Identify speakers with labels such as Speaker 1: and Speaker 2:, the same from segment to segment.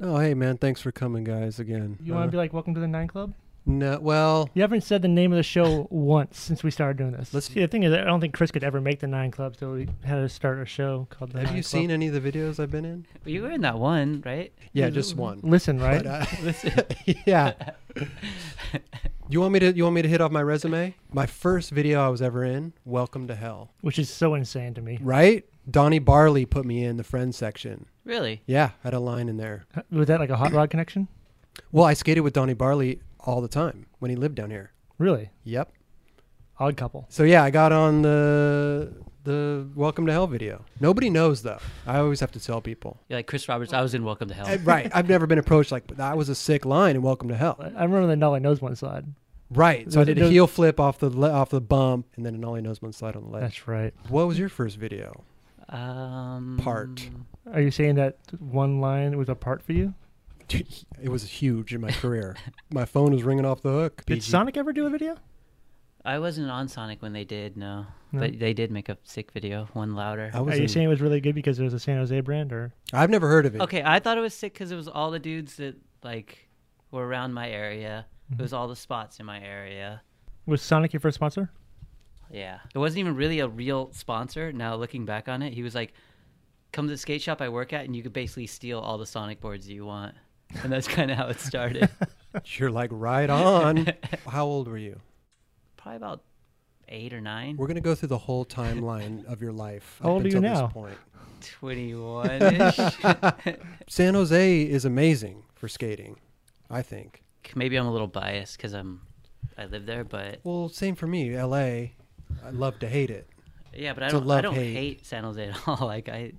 Speaker 1: Oh, hey, man. Thanks for coming, guys, again. Uh,
Speaker 2: You want to be like, welcome to the Nine Club?
Speaker 1: No, well,
Speaker 2: You haven't said the name of the show once since we started doing this.
Speaker 1: Let's-
Speaker 2: See, the thing is, I don't think Chris could ever make the Nine Club, so we had to start a show called the
Speaker 1: have
Speaker 2: Nine
Speaker 1: you
Speaker 2: Club.
Speaker 1: seen any of the videos I've been in?
Speaker 3: You were in that one, right?
Speaker 1: Yeah, just one.
Speaker 2: Listen, right?
Speaker 1: But, uh, yeah. You want me to? You want me to hit off my resume? My first video I was ever in, "Welcome to Hell."
Speaker 2: Which is so insane to me.
Speaker 1: Right? Donnie Barley put me in the friends section.
Speaker 3: Really?
Speaker 1: Yeah, I had a line in there.
Speaker 2: Uh, Was that like a hot rod connection?
Speaker 1: Well, I skated with Donnie Barley all the time when he lived down here.
Speaker 2: Really?
Speaker 1: Yep.
Speaker 2: Odd couple.
Speaker 1: So yeah, I got on the the Welcome to Hell video. Nobody knows though. I always have to tell people.
Speaker 3: You're like Chris Roberts. I was in Welcome to Hell.
Speaker 1: Uh, Right. I've never been approached like that was a sick line in Welcome to Hell.
Speaker 2: I I remember the Nolly Knows One slide.
Speaker 1: Right. So I did a
Speaker 2: Those-
Speaker 1: heel flip off the le- off the bump and then an ollie nose one slide on the ledge.
Speaker 2: That's right. Mm.
Speaker 1: What was your first video?
Speaker 3: Um,
Speaker 1: Part.
Speaker 2: Are you saying that one line was a part for you?
Speaker 1: It was huge in my career. my phone was ringing off the hook.
Speaker 2: Did Sonic ever do a video?
Speaker 3: I wasn't on Sonic when they did, no.
Speaker 2: No.
Speaker 3: But they did make a sick video, one louder.
Speaker 1: I was
Speaker 2: Are you
Speaker 1: in-
Speaker 2: saying it was really good because it was a San Jose brand, or
Speaker 1: I've never heard of it.
Speaker 3: Okay, I thought it was sick because it was all the dudes that like were around my area. It
Speaker 1: Mm-hmm.
Speaker 3: was all the spots in my area.
Speaker 2: was Sonic your first sponsor?
Speaker 3: Yeah, it wasn't even really a real sponsor. Now looking back on it, he was like, "Come to the skate shop I work at, and you could basically steal all the Sonic boards you want." And that's kind of how it started.
Speaker 1: You're like right on. How old were you?
Speaker 3: Probably about eight or nine.
Speaker 1: We're gonna go through the whole timeline of your life
Speaker 2: How
Speaker 1: up
Speaker 2: old are you
Speaker 1: until
Speaker 2: now?
Speaker 1: this point.
Speaker 3: Twenty-one ish.
Speaker 1: San Jose is amazing for skating, I think.
Speaker 3: Maybe I'm a little biased because I'm, I live there, but
Speaker 1: Well, same for me. L.A. I love to hate it.
Speaker 3: yeah, but I
Speaker 1: It's a
Speaker 3: don't. I
Speaker 1: love
Speaker 3: don't
Speaker 1: hate.
Speaker 3: hate. San Jose at all. Like I,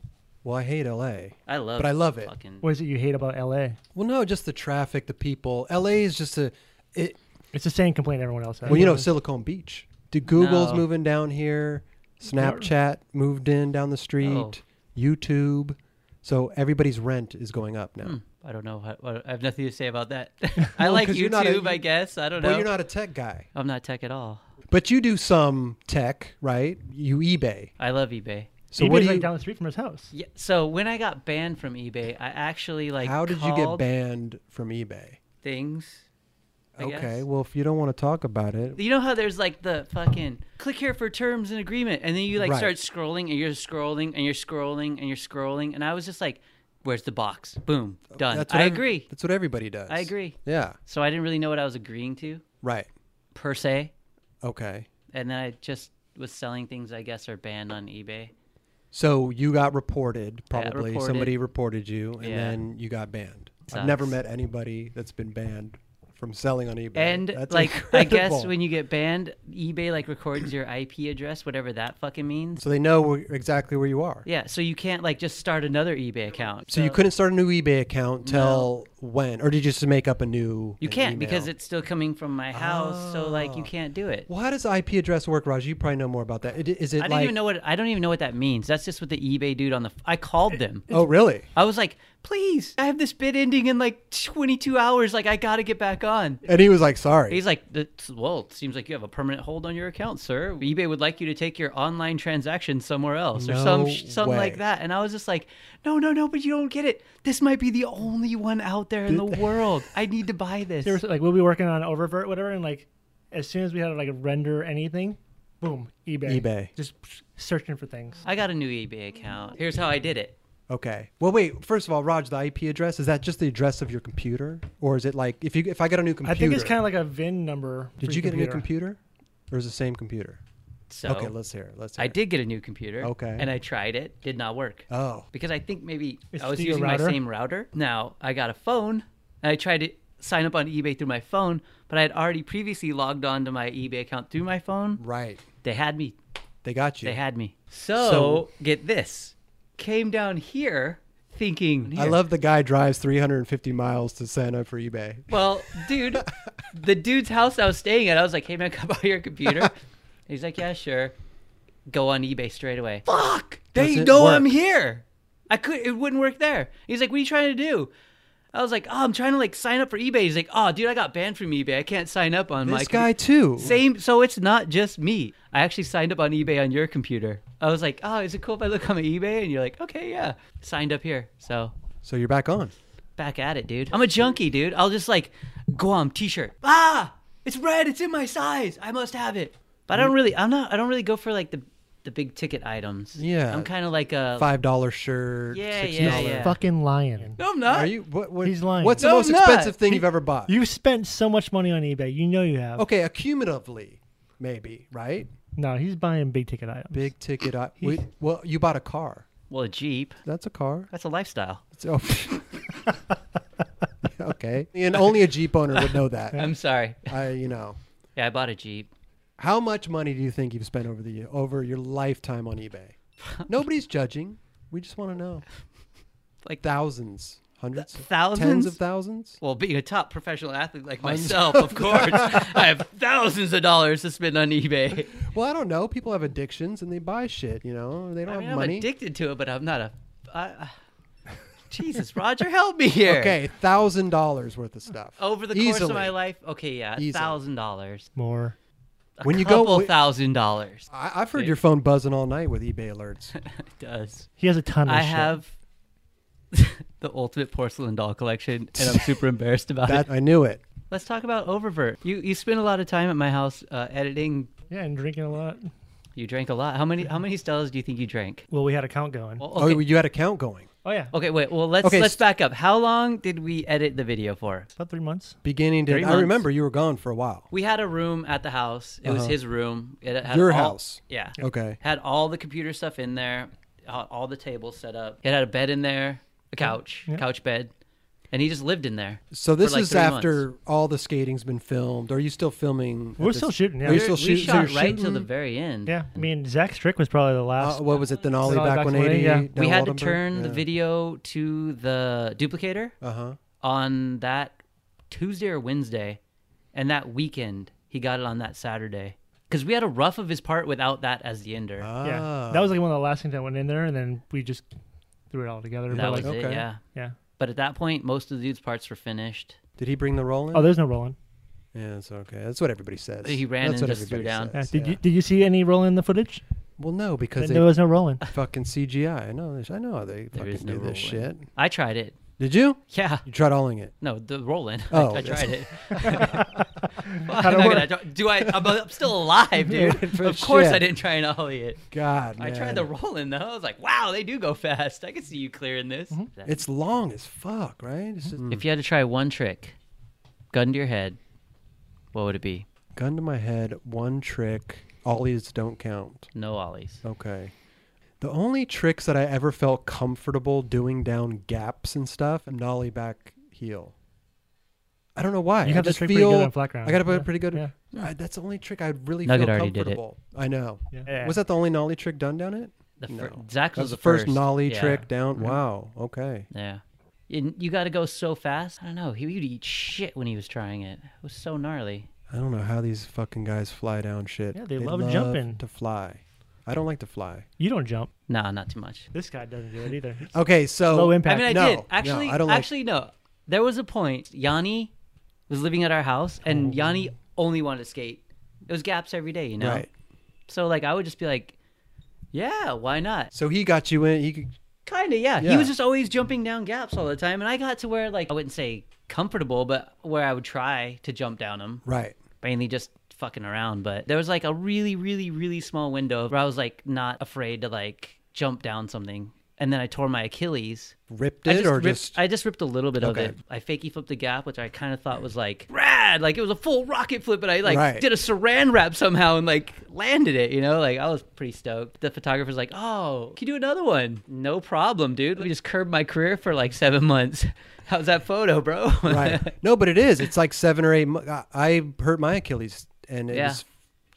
Speaker 1: Well, I hate L.A.
Speaker 3: I love.
Speaker 1: But I love it.
Speaker 3: Fucking,
Speaker 2: What is it you hate about L.A.?
Speaker 1: Well, no, just the traffic, the people. L.A. is just a. It,
Speaker 2: It's the same complaint everyone else has.
Speaker 1: well, you know, Silicon Beach. Dude, Google's
Speaker 3: No.
Speaker 1: moving down here. Snapchat moved in down the street.
Speaker 3: Oh.
Speaker 1: YouTube. So everybody's rent is going up now.
Speaker 3: Hmm, I don't know. What, what, I have nothing to say about that. I like
Speaker 1: 'cause you're not a-
Speaker 3: YouTube. I guess I don't
Speaker 1: Well,
Speaker 3: know.
Speaker 1: you're not a tech guy,
Speaker 3: I'm not tech at all.
Speaker 1: but you do some tech, right? You eBay.
Speaker 3: I love eBay.
Speaker 1: So
Speaker 2: He
Speaker 1: what
Speaker 2: lives,
Speaker 1: do
Speaker 2: like
Speaker 1: you?
Speaker 2: down the street from his house?
Speaker 3: Yeah. So when I got banned from eBay, I actually like.
Speaker 1: how did you get
Speaker 3: called
Speaker 1: banned from eBay?
Speaker 3: Things. I
Speaker 1: okay,
Speaker 3: guess.
Speaker 1: well, if you don't want to talk about it,
Speaker 3: You know how there's like the fucking click here for terms and agreement, and then you like
Speaker 1: Right.
Speaker 3: start scrolling and you're scrolling and you're scrolling and you're scrolling, and I was just like, "Where's the box? Boom, done.
Speaker 1: Oh, that's what
Speaker 3: I
Speaker 1: ev-
Speaker 3: agree.
Speaker 1: That's what everybody does.
Speaker 3: I agree."
Speaker 1: Yeah.
Speaker 3: So I didn't really know what I was agreeing to
Speaker 1: Right.
Speaker 3: per se,
Speaker 1: Okay.
Speaker 3: and then I just was selling things I guess are banned on eBay.
Speaker 1: So you got reported,
Speaker 3: I got
Speaker 1: probably
Speaker 3: reported.
Speaker 1: somebody reported you, and
Speaker 3: Yeah.
Speaker 1: then you got banned. I've never
Speaker 3: Sucks.
Speaker 1: met anybody that's been banned from selling on eBay.
Speaker 3: And
Speaker 1: That's
Speaker 3: like I guess
Speaker 1: incredible.
Speaker 3: when you get banned, eBay like records your IP address, whatever that fucking means.
Speaker 1: so they know where, exactly where you are.
Speaker 3: Yeah, so you can't like just start another eBay account.
Speaker 1: So you couldn't start a new eBay account till when, or did you just make up a new?
Speaker 3: You
Speaker 1: an
Speaker 3: can't because
Speaker 1: email? Oh.
Speaker 3: it's still coming from my house, so like you can't do it.
Speaker 1: Well, how does IP address work, Raj? You probably know more about that. It- Is it
Speaker 3: I didn't
Speaker 1: like?
Speaker 3: even know what I don't even know what that means. That's just what the eBay dude on the I called them.
Speaker 1: oh, really?
Speaker 3: I was like, "Please, I have this bid ending in like 22 hours. Like I got to get back on."
Speaker 1: And he was like, "Sorry."
Speaker 3: He's like, "That's- "Well, it seems like you have a permanent hold on your account, sir. eBay would like you to take your online transaction somewhere else, or some
Speaker 1: No
Speaker 3: sh- something
Speaker 1: way.
Speaker 3: like that." And I was just like, "No, no, no, but you don't get it. This might be the only one out there in the world. I need to buy this."
Speaker 2: There was like we'll be working on Oververt, whatever, and like as soon as we had to like render anything, boom, eBay,
Speaker 1: eBay.
Speaker 2: just searching for things.
Speaker 3: I got a new eBay account. Here's how I did it.
Speaker 1: Okay. Well, wait. First of all, Raj, the IP address is that just the address of your computer, or is it like if you if I get a new computer?
Speaker 2: I think it's kind of like a VIN number. for
Speaker 1: Did
Speaker 2: your
Speaker 1: you get a new computer, or is it the same computer?
Speaker 3: So
Speaker 1: Okay, let's hear. it. Let's. Hear
Speaker 3: I
Speaker 1: it.
Speaker 3: did get a new computer.
Speaker 1: Okay.
Speaker 3: And I tried it. Did not work.
Speaker 1: Oh,
Speaker 3: because I think maybe
Speaker 2: It's
Speaker 3: I was
Speaker 2: through your
Speaker 3: using
Speaker 2: router?
Speaker 3: my same router. Now I got a phone and I tried to sign up on eBay through my phone, but I had already previously logged on to my eBay account through my phone.
Speaker 1: right.
Speaker 3: They had me.
Speaker 1: They got you.
Speaker 3: They had me. So,
Speaker 1: So-
Speaker 3: get this. Came down here thinking
Speaker 1: I love the guy drives 350 miles to sign up for eBay.
Speaker 3: Well, dude, the dude's house I was staying at, I was like, hey man, come borrow your computer. He's like, yeah, sure. Go on eBay straight away. Fuck! They
Speaker 1: Doesn't
Speaker 3: know
Speaker 1: work.
Speaker 3: I'm here. I could. It wouldn't work there. He's like, what are you trying to do? I was like, oh, I'm trying to like sign up for eBay. He's like, oh, dude, I got banned from eBay. I can't sign up on
Speaker 1: This
Speaker 3: my
Speaker 1: guy too.
Speaker 3: Same. So it's not just me. I actually signed up on eBay on your computer. I was like, oh, is it cool if I look on my eBay? And you're like, okay, yeah. Signed up here. So
Speaker 1: So you're back on.
Speaker 3: back at it, dude. I'm a junkie, dude. I'll just like Guam t-shirt. Ah, it's red. It's in my size. I must have it. But I don't really. I'm not. I don't really go for like the the big ticket items.
Speaker 1: Yeah.
Speaker 3: I'm kind of like a.
Speaker 1: Five dollar shirt.
Speaker 3: Yeah,
Speaker 1: six
Speaker 3: yeah,
Speaker 1: dollar-
Speaker 3: yeah.
Speaker 2: Fucking lying.
Speaker 3: No, I'm not.
Speaker 1: Are you? What, what,
Speaker 2: He's lying.
Speaker 1: What's the
Speaker 3: No,
Speaker 1: most
Speaker 3: I'm not.
Speaker 1: expensive thing you've ever bought?
Speaker 2: You've spent so much money on eBay. You know you have.
Speaker 1: okay, accumulatively, maybe right?
Speaker 2: No, he's buying big ticket items.
Speaker 1: Big ticket. I, wait, well, you bought a car.
Speaker 3: Well, a jeep.
Speaker 1: That's a car.
Speaker 3: That's a lifestyle.
Speaker 1: It's, oh. okay, and only a Jeep owner would know that.
Speaker 3: I'm sorry.
Speaker 1: I, you know,
Speaker 3: Yeah, I bought a jeep.
Speaker 1: how much money do you think you've spent over the over your lifetime on eBay? Nobody's judging. We just want to know.
Speaker 3: Like-
Speaker 1: thousands, hundreds, tens
Speaker 3: thousands?
Speaker 1: of thousands.
Speaker 3: Well, being a top professional athlete like myself, of course, I have thousands of dollars to spend on eBay.
Speaker 1: Well, I don't know. People have addictions and they buy shit. You know, they don't
Speaker 3: I mean,
Speaker 1: have
Speaker 3: I'm
Speaker 1: money.
Speaker 3: addicted to it, but I'm not a. I, I- Jesus, Roger, help me here.
Speaker 1: Okay, thousand dollars worth of stuff
Speaker 3: Over the course
Speaker 1: Easily.
Speaker 3: of my life, okay, yeah,
Speaker 1: Easily.
Speaker 3: thousand dollars.
Speaker 2: More.
Speaker 1: When you
Speaker 3: couple
Speaker 1: go,
Speaker 3: thousand dollars.
Speaker 1: I, I've heard your phone buzzing all night with eBay alerts.
Speaker 3: It does.
Speaker 2: He has a ton of
Speaker 3: I
Speaker 2: shit.
Speaker 3: have the ultimate porcelain doll collection, and I'm super embarrassed about
Speaker 1: That
Speaker 3: it.
Speaker 1: I knew it.
Speaker 3: Let's talk about Oververt. You you spend a lot of time at my house uh, editing.
Speaker 2: Yeah, and drinking a lot.
Speaker 3: You drank a lot. How many how many Stellas do you think you drank?
Speaker 2: Well, we had a count going.
Speaker 3: Well,
Speaker 1: Oh, you had a count going.
Speaker 2: Oh yeah,
Speaker 3: Okay, wait. Well, let's
Speaker 1: Okay,
Speaker 3: let's
Speaker 1: st-
Speaker 3: back up. How long did we edit the video for?
Speaker 2: about three months.
Speaker 1: Beginning to,
Speaker 3: Three
Speaker 1: I
Speaker 3: months.
Speaker 1: remember you were gone for a while.
Speaker 3: We had a room at the house. It was
Speaker 1: Uh-huh.
Speaker 3: his room. It had
Speaker 1: Your
Speaker 3: all-
Speaker 1: house. Oh,
Speaker 3: Yeah.
Speaker 1: Okay.
Speaker 3: Had all the computer stuff in there, all all the tables set up. It had a bed in there, a couch,
Speaker 2: Yeah.
Speaker 3: couch bed, and he just lived in there.
Speaker 1: So this
Speaker 3: like
Speaker 1: is
Speaker 3: three
Speaker 1: after all the skating's been filmed. Are you still filming? at
Speaker 2: We're
Speaker 1: this-
Speaker 2: still shooting. Yeah,
Speaker 1: Are you still
Speaker 3: We- we
Speaker 1: shooting? so
Speaker 3: shot
Speaker 1: you're
Speaker 3: right till the
Speaker 1: shooting-
Speaker 3: very end.
Speaker 2: yeah. I mean, Zach Strick was probably the
Speaker 1: Uh,
Speaker 2: last.
Speaker 1: what was it? The Denali
Speaker 2: Denali
Speaker 1: back
Speaker 2: back
Speaker 1: 180.
Speaker 2: 180,
Speaker 3: We had to turn the video to the duplicator
Speaker 1: Uh huh.
Speaker 3: on that Tuesday or Wednesday, and that weekend he got it on that Saturday because we had a rough of his part without that as the ender.
Speaker 1: Ah,
Speaker 2: Yeah, that was like one of the last things that went in there, and then we just threw it all together.
Speaker 3: that
Speaker 2: but,
Speaker 3: was
Speaker 2: like,
Speaker 3: it.
Speaker 1: okay.
Speaker 3: Yeah.
Speaker 2: yeah.
Speaker 3: But at that point, most of the dude's parts were finished.
Speaker 1: Did he bring the roll in?
Speaker 2: Oh, there's no rolling.
Speaker 1: yeah, it's okay. That's what everybody says.
Speaker 3: He ran
Speaker 1: That's
Speaker 3: and
Speaker 1: what
Speaker 3: just threw
Speaker 1: everybody
Speaker 3: down.
Speaker 2: Yeah.
Speaker 1: says,
Speaker 2: Uh, Did
Speaker 1: yeah.
Speaker 2: you did you see any rolling in the footage?
Speaker 1: Well, no, because
Speaker 2: there
Speaker 1: they
Speaker 2: was no rolling.
Speaker 1: fucking CGI. I know. this- I know how they
Speaker 3: There
Speaker 1: fucking
Speaker 3: is
Speaker 1: do
Speaker 3: no
Speaker 1: this shit.
Speaker 3: rolling. I tried it.
Speaker 1: Did you?
Speaker 3: Yeah.
Speaker 1: You tried alling it.
Speaker 3: No, the Roland.
Speaker 1: Oh.
Speaker 3: I, I tried it.
Speaker 2: How'd it
Speaker 3: I'm not
Speaker 2: work?
Speaker 3: gonna, try- do I? I'm, I'm still alive, dude.
Speaker 1: for
Speaker 3: of course, I
Speaker 1: shit.
Speaker 3: didn't try and ollie it.
Speaker 1: God, man.
Speaker 3: I tried the Roland though. I was like, wow, they do go fast. I can see you clearing this.
Speaker 1: Mm-hmm. It's long as fuck, right? It's just
Speaker 3: If you had to try one trick, gun to your head, what would it be?
Speaker 1: gun to my head, one trick. Ollies don't count.
Speaker 3: No ollies.
Speaker 1: Okay. The only tricks that I ever felt comfortable doing down gaps and stuff, nollie back heel. I don't know why.
Speaker 2: You
Speaker 1: I
Speaker 2: have this
Speaker 1: just
Speaker 2: trick
Speaker 1: feel
Speaker 2: pretty good on flat ground.
Speaker 1: I got to
Speaker 2: yeah.
Speaker 1: put it pretty good.
Speaker 2: Yeah.
Speaker 1: I, that's the only trick I really
Speaker 3: Nugget
Speaker 1: feel
Speaker 3: already did it.
Speaker 1: comfortable. I know.
Speaker 2: Yeah.
Speaker 1: Was that the only nollie trick done down it?
Speaker 3: The
Speaker 1: No.
Speaker 3: fir- Zach
Speaker 1: That was
Speaker 3: was
Speaker 1: the first,
Speaker 3: first
Speaker 1: nollie
Speaker 3: Yeah.
Speaker 1: trick down. Wow. Okay.
Speaker 3: Yeah. And you got to go so fast. I don't know. He would eat shit when he was trying it. It was so gnarly.
Speaker 1: I don't know how these fucking guys fly down shit.
Speaker 2: Yeah, they love jumping.
Speaker 1: to fly. I don't like to fly.
Speaker 2: You don't jump.
Speaker 3: Nah, not too much.
Speaker 2: This guy doesn't do it either.
Speaker 1: Okay, so
Speaker 2: Low impact.
Speaker 3: I mean, I
Speaker 1: No,
Speaker 3: did
Speaker 1: no,
Speaker 3: actually.
Speaker 1: I don't like-
Speaker 3: actually, no. There was a point. Yanni was living at our house, and
Speaker 1: Oh.
Speaker 3: Yanni only wanted to skate. It was gaps every day, you know.
Speaker 1: Right.
Speaker 3: So like, I would just be like, "Yeah, why not?"
Speaker 1: So he got you in. He could-
Speaker 3: Kinda, yeah.
Speaker 1: Yeah.
Speaker 3: He was just always jumping down gaps all the time, and I got to where like I wouldn't say comfortable, but where I would try to jump down them,
Speaker 1: right.
Speaker 3: mainly just fucking around. But there was like a really, really, really small window where I was like not afraid to like jump down something. And then I tore my Achilles,
Speaker 1: Ripped
Speaker 3: I
Speaker 1: it
Speaker 3: just
Speaker 1: or
Speaker 3: ripped,
Speaker 1: just
Speaker 3: I just ripped a little bit
Speaker 1: Okay.
Speaker 3: of it. I fakey flipped the gap, which I kind of thought was like rad, like it was a full rocket flip, but I like
Speaker 1: Right.
Speaker 3: did a saran wrap somehow and like landed it. You know, like I was pretty stoked. The photographer's like, "Oh, can you do another one? No problem, dude. Let me just curb my career for like seven months. How's that photo, bro?
Speaker 1: right. No, but it is. It's like seven or eight. mo- I, I hurt my Achilles, and it
Speaker 3: Yeah.
Speaker 1: was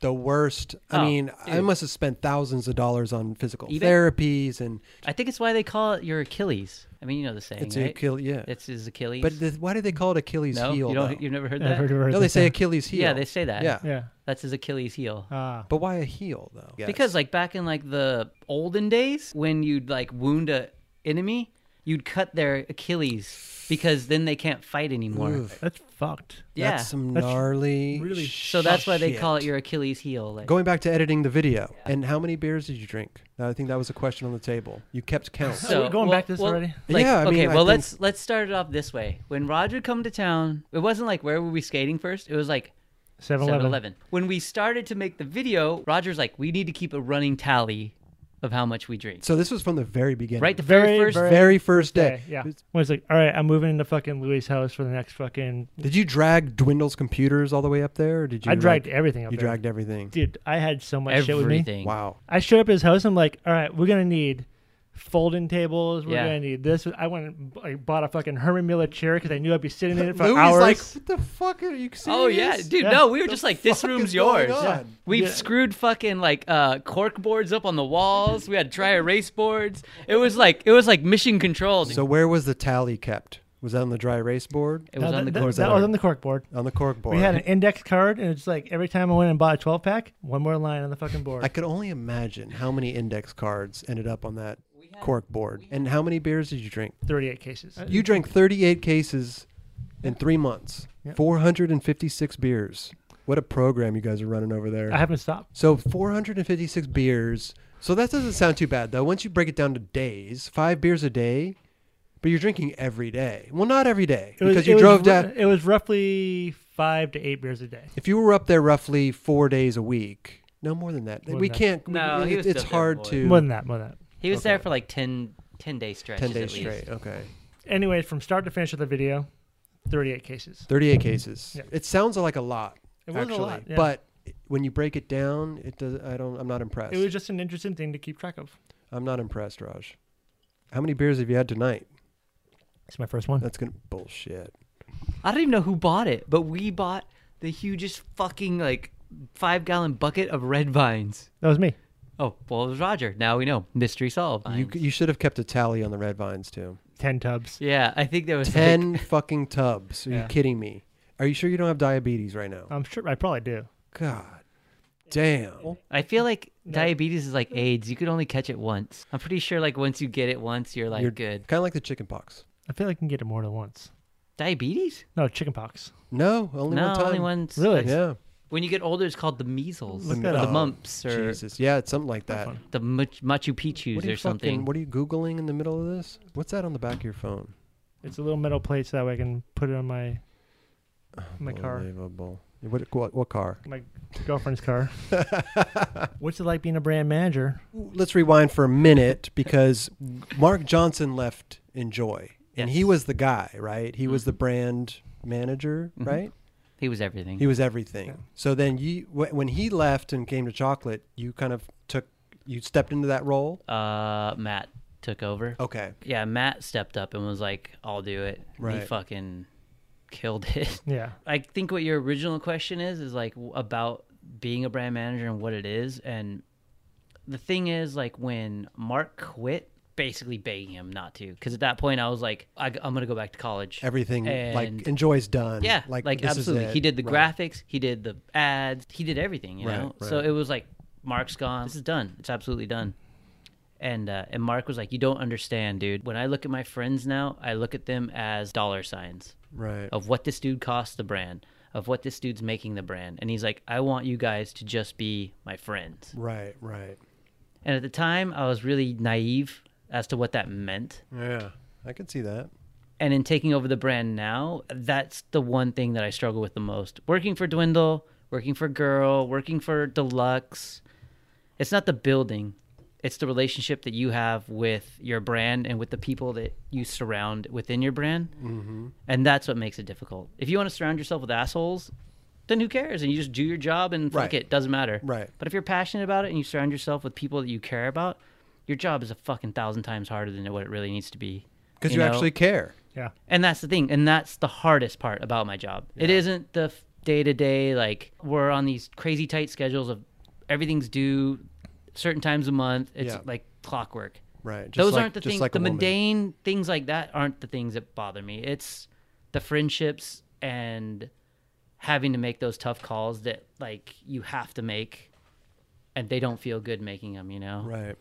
Speaker 1: the worst. I
Speaker 3: Oh,
Speaker 1: mean, I
Speaker 3: dude.
Speaker 1: must have spent thousands of dollars on physical
Speaker 3: eBay?
Speaker 1: therapies, and
Speaker 3: I think it's why they call it your Achilles. I mean, you know the saying,
Speaker 1: it's
Speaker 3: right?
Speaker 1: Achilles. Yeah,
Speaker 3: It's his Achilles.
Speaker 1: but the, why do they call it Achilles
Speaker 3: no,
Speaker 1: heel?
Speaker 3: you
Speaker 1: though?
Speaker 3: don't. You've never heard
Speaker 2: Yeah, I've heard-
Speaker 3: that.
Speaker 2: heard
Speaker 1: no, they
Speaker 2: this
Speaker 1: say
Speaker 2: thing.
Speaker 1: Achilles heel.
Speaker 3: Yeah, they say that.
Speaker 1: Yeah.
Speaker 2: Yeah.
Speaker 3: That's his Achilles heel.
Speaker 2: Ah.
Speaker 1: but why a heel though?
Speaker 3: Because
Speaker 1: Yes.
Speaker 3: like back in like the olden days, when you'd like wound a enemy, you'd cut their Achilles because then they can't fight anymore.
Speaker 1: Oof.
Speaker 2: That's fucked.
Speaker 3: yeah.
Speaker 1: That's some
Speaker 2: That's
Speaker 1: gnarly.
Speaker 2: really
Speaker 3: so that's why they call it
Speaker 1: shit.
Speaker 3: your Achilles heel. Like,
Speaker 1: Going back to editing the video, and how many beers did you drink? I think that was a question on the table. You kept count.
Speaker 2: So- we're going back to this already?
Speaker 3: Like,
Speaker 1: Yeah, I
Speaker 3: okay.
Speaker 1: mean, I
Speaker 3: well,
Speaker 1: think-
Speaker 3: let's let's start it off this way. When Roger come to town, it wasn't like where were we skating first. It was like
Speaker 2: 7 Eleven.
Speaker 3: 7-Eleven. When we started to make the video, Roger's like, we need to keep a running tally of how much we drink.
Speaker 1: So this was from the very beginning.
Speaker 3: Right, the very
Speaker 2: Very,
Speaker 3: first.
Speaker 2: very-
Speaker 1: very first day.
Speaker 2: Yeah, yeah.
Speaker 1: It was-
Speaker 2: When it's like, all right, I'm moving into fucking Louis' house for the next fucking.
Speaker 1: Did you drag Dwindle's computers all the way up there? Or did you?
Speaker 2: I
Speaker 1: like-
Speaker 2: dragged everything up
Speaker 1: You
Speaker 2: there.
Speaker 1: dragged everything.
Speaker 2: Dude, I had so much shit with me.
Speaker 3: Everything.
Speaker 1: Wow.
Speaker 2: I showed up at his house. I'm like, all right, we're gonna need folding tables. We're
Speaker 3: Yeah.
Speaker 2: gonna need this. I went and b- I bought a fucking Herman Miller chair because I knew I'd be sitting in it for
Speaker 1: Louis
Speaker 2: hours.
Speaker 1: like, what the fuck are you? Serious?
Speaker 3: Oh yeah, dude.
Speaker 2: Yeah.
Speaker 3: No, we were
Speaker 1: The
Speaker 3: just like, this
Speaker 1: fuck
Speaker 3: room's
Speaker 1: is going
Speaker 3: yours.
Speaker 1: on? Yeah.
Speaker 3: We've
Speaker 2: Yeah.
Speaker 3: screwed fucking like uh, cork boards up on the walls. We had dry erase boards. It was like it was like mission control.
Speaker 1: So where was the tally kept? Was that on the dry erase board?
Speaker 3: it was
Speaker 2: No,
Speaker 3: on the
Speaker 2: that,
Speaker 3: cork.
Speaker 2: that, that was on the cork board.
Speaker 1: On the cork board.
Speaker 2: We had an index card, and it's like every time I went and bought a 12 pack, one more line on the fucking board.
Speaker 1: I could only imagine how many index cards ended up on that
Speaker 3: had-
Speaker 1: cork board. And how many beers did you drink?
Speaker 2: 38 cases.
Speaker 1: You drank 38 cases in three months,
Speaker 2: Yeah.
Speaker 1: 456 beers. What a program you guys are running over there.
Speaker 2: I haven't stopped.
Speaker 1: So 456 beers. So that doesn't sound too bad though. Once you break it down to days, five beers a day, but you're drinking every day. Well, not every day
Speaker 2: It was-
Speaker 1: because you
Speaker 2: it
Speaker 1: drove
Speaker 2: was, ru-
Speaker 1: down.
Speaker 2: It was roughly five to eight beers a day.
Speaker 1: If you were up there roughly four days a week, no more than that.
Speaker 2: More
Speaker 1: we
Speaker 2: than that.
Speaker 1: can't. we-
Speaker 3: No, he
Speaker 1: it-
Speaker 3: was
Speaker 1: it's
Speaker 3: still there
Speaker 1: hard
Speaker 3: more.
Speaker 1: to
Speaker 2: More than that, more than that.
Speaker 3: he was there
Speaker 1: okay.
Speaker 3: for like 10, 10 day stretches.
Speaker 1: ten
Speaker 3: at
Speaker 1: days
Speaker 3: least.
Speaker 1: straight. Okay,
Speaker 2: Anyway, from start to finish of the video, 38 cases.
Speaker 1: thirty-eight cases.
Speaker 2: Yeah.
Speaker 1: It sounds like a lot.
Speaker 2: It was a
Speaker 1: actually,
Speaker 2: lot, yeah.
Speaker 1: but when you break it down, it does. I don't. I'm not impressed.
Speaker 2: It was just an interesting thing to keep track of.
Speaker 1: I'm not impressed, Raj. How many beers have you had tonight?
Speaker 2: It's my first one.
Speaker 1: That's gonna bullshit.
Speaker 3: I don't even know who bought it, but we bought the hugest fucking like five gallon bucket of red vines.
Speaker 2: That was me.
Speaker 3: Oh, well, it was Roger. Now we know. Mystery solved.
Speaker 1: You, you should have kept a tally on the red vines too.
Speaker 2: 10 tubs.
Speaker 3: yeah, I think there was like-
Speaker 1: Ten fucking tubs. Are you
Speaker 2: Yeah.
Speaker 1: kidding me? Are you sure you don't have diabetes right now?
Speaker 3: Oh.
Speaker 2: I'm sure I probably do.
Speaker 1: God damn.
Speaker 3: I feel like
Speaker 2: No.
Speaker 3: diabetes is like AIDS. You could only catch it once. I'm pretty sure like once you get it once, you're like
Speaker 1: You're-
Speaker 3: good.
Speaker 1: Kind of like the chicken pox.
Speaker 2: I feel like I can get it more than once.
Speaker 3: Diabetes?
Speaker 2: No, chicken pox.
Speaker 1: No, only
Speaker 3: no,
Speaker 1: one time.
Speaker 3: only once.
Speaker 2: Really?
Speaker 1: Yeah.
Speaker 3: When you get older, it's called the measles,
Speaker 2: Look
Speaker 3: or
Speaker 2: that
Speaker 3: the
Speaker 1: up.
Speaker 3: mumps, or
Speaker 1: Jesus. Yeah, it's something like that.
Speaker 3: the Mach- Machu Picchu's
Speaker 1: What are, you
Speaker 3: or something.
Speaker 1: fucking, what are you Googling in the middle of this? What's that on the back of your phone?
Speaker 2: It's a little metal plate so that way I can put it on my my car,
Speaker 1: Unbelievable. What, what, what car?
Speaker 2: my girlfriend's car. What's it like being a brand manager?
Speaker 1: Let's rewind for a minute because Mark Johnson left Enjoy. And he
Speaker 3: Yes. Mm-hmm.
Speaker 1: was the guy, right? He was the brand manager, right?
Speaker 3: He was everything.
Speaker 1: He was everything. So then you, wh- when he left and came to Chocolate, you kind of took, you stepped into that role.
Speaker 3: uh, Matt took over.
Speaker 1: Okay.
Speaker 3: Yeah, Matt stepped up and was like, "I'll do it." And He
Speaker 1: Right.
Speaker 3: fucking killed it.
Speaker 2: Yeah.
Speaker 3: I think what your original question is is like w- about being a brand manager and what it is. And the thing is, like when Mark quit, basically begging him not to, because at that point I was like, I, am gonna go back to college.
Speaker 1: Everything like
Speaker 3: And-
Speaker 1: Enjoy's done.
Speaker 3: yeah, like,
Speaker 1: this is
Speaker 3: absolutely.
Speaker 1: it.
Speaker 3: He did the
Speaker 1: Right.
Speaker 3: graphics, he did the ads, he did everything. You
Speaker 1: Right,
Speaker 3: know, so
Speaker 1: right.
Speaker 3: it was like Mark's gone. This is done. It's absolutely done. And uh, and Mark was like, you don't understand, dude. When I look at my friends now, I look at them as dollar signs
Speaker 1: Right.
Speaker 3: of what this dude costs the brand, of what this dude's making the brand. And he's like, I want you guys to just be my friends.
Speaker 1: Right, right.
Speaker 3: And at the time, I was really naive as to what that meant.
Speaker 1: Yeah. I could see that.
Speaker 3: And in taking over the brand now, that's the one thing that I struggle with the most. Working for Dwindle, working for Girl, working for Deluxe, it's not the building. It's the relationship that you have with your brand and with the people that you surround within your brand. Mm-hmm. And that's what makes it difficult. If you want to surround yourself with assholes, then who cares? And you just do your job and fuck
Speaker 1: Right.
Speaker 3: it. Doesn't matter.
Speaker 1: Right.
Speaker 3: But if you're passionate about it and you surround yourself with people that you care about, your job is a fucking thousand times harder than what it really needs to be.
Speaker 1: Because you,
Speaker 3: know?
Speaker 1: actually care.
Speaker 2: Yeah.
Speaker 3: And that's the thing. And that's the hardest part about my job. It isn't the day to day, like, we're on these crazy tight schedules of everything's due certain times a month. It's
Speaker 1: Yeah.
Speaker 3: like clockwork.
Speaker 1: Right. Just
Speaker 3: Those
Speaker 1: like-
Speaker 3: aren't the
Speaker 1: just
Speaker 3: things,
Speaker 1: like
Speaker 3: the
Speaker 1: a woman.
Speaker 3: mundane things like that aren't the things that bother me. It's the friendships and having to make those tough calls that, like, you have to make and they don't feel good making them, you know?
Speaker 1: Right.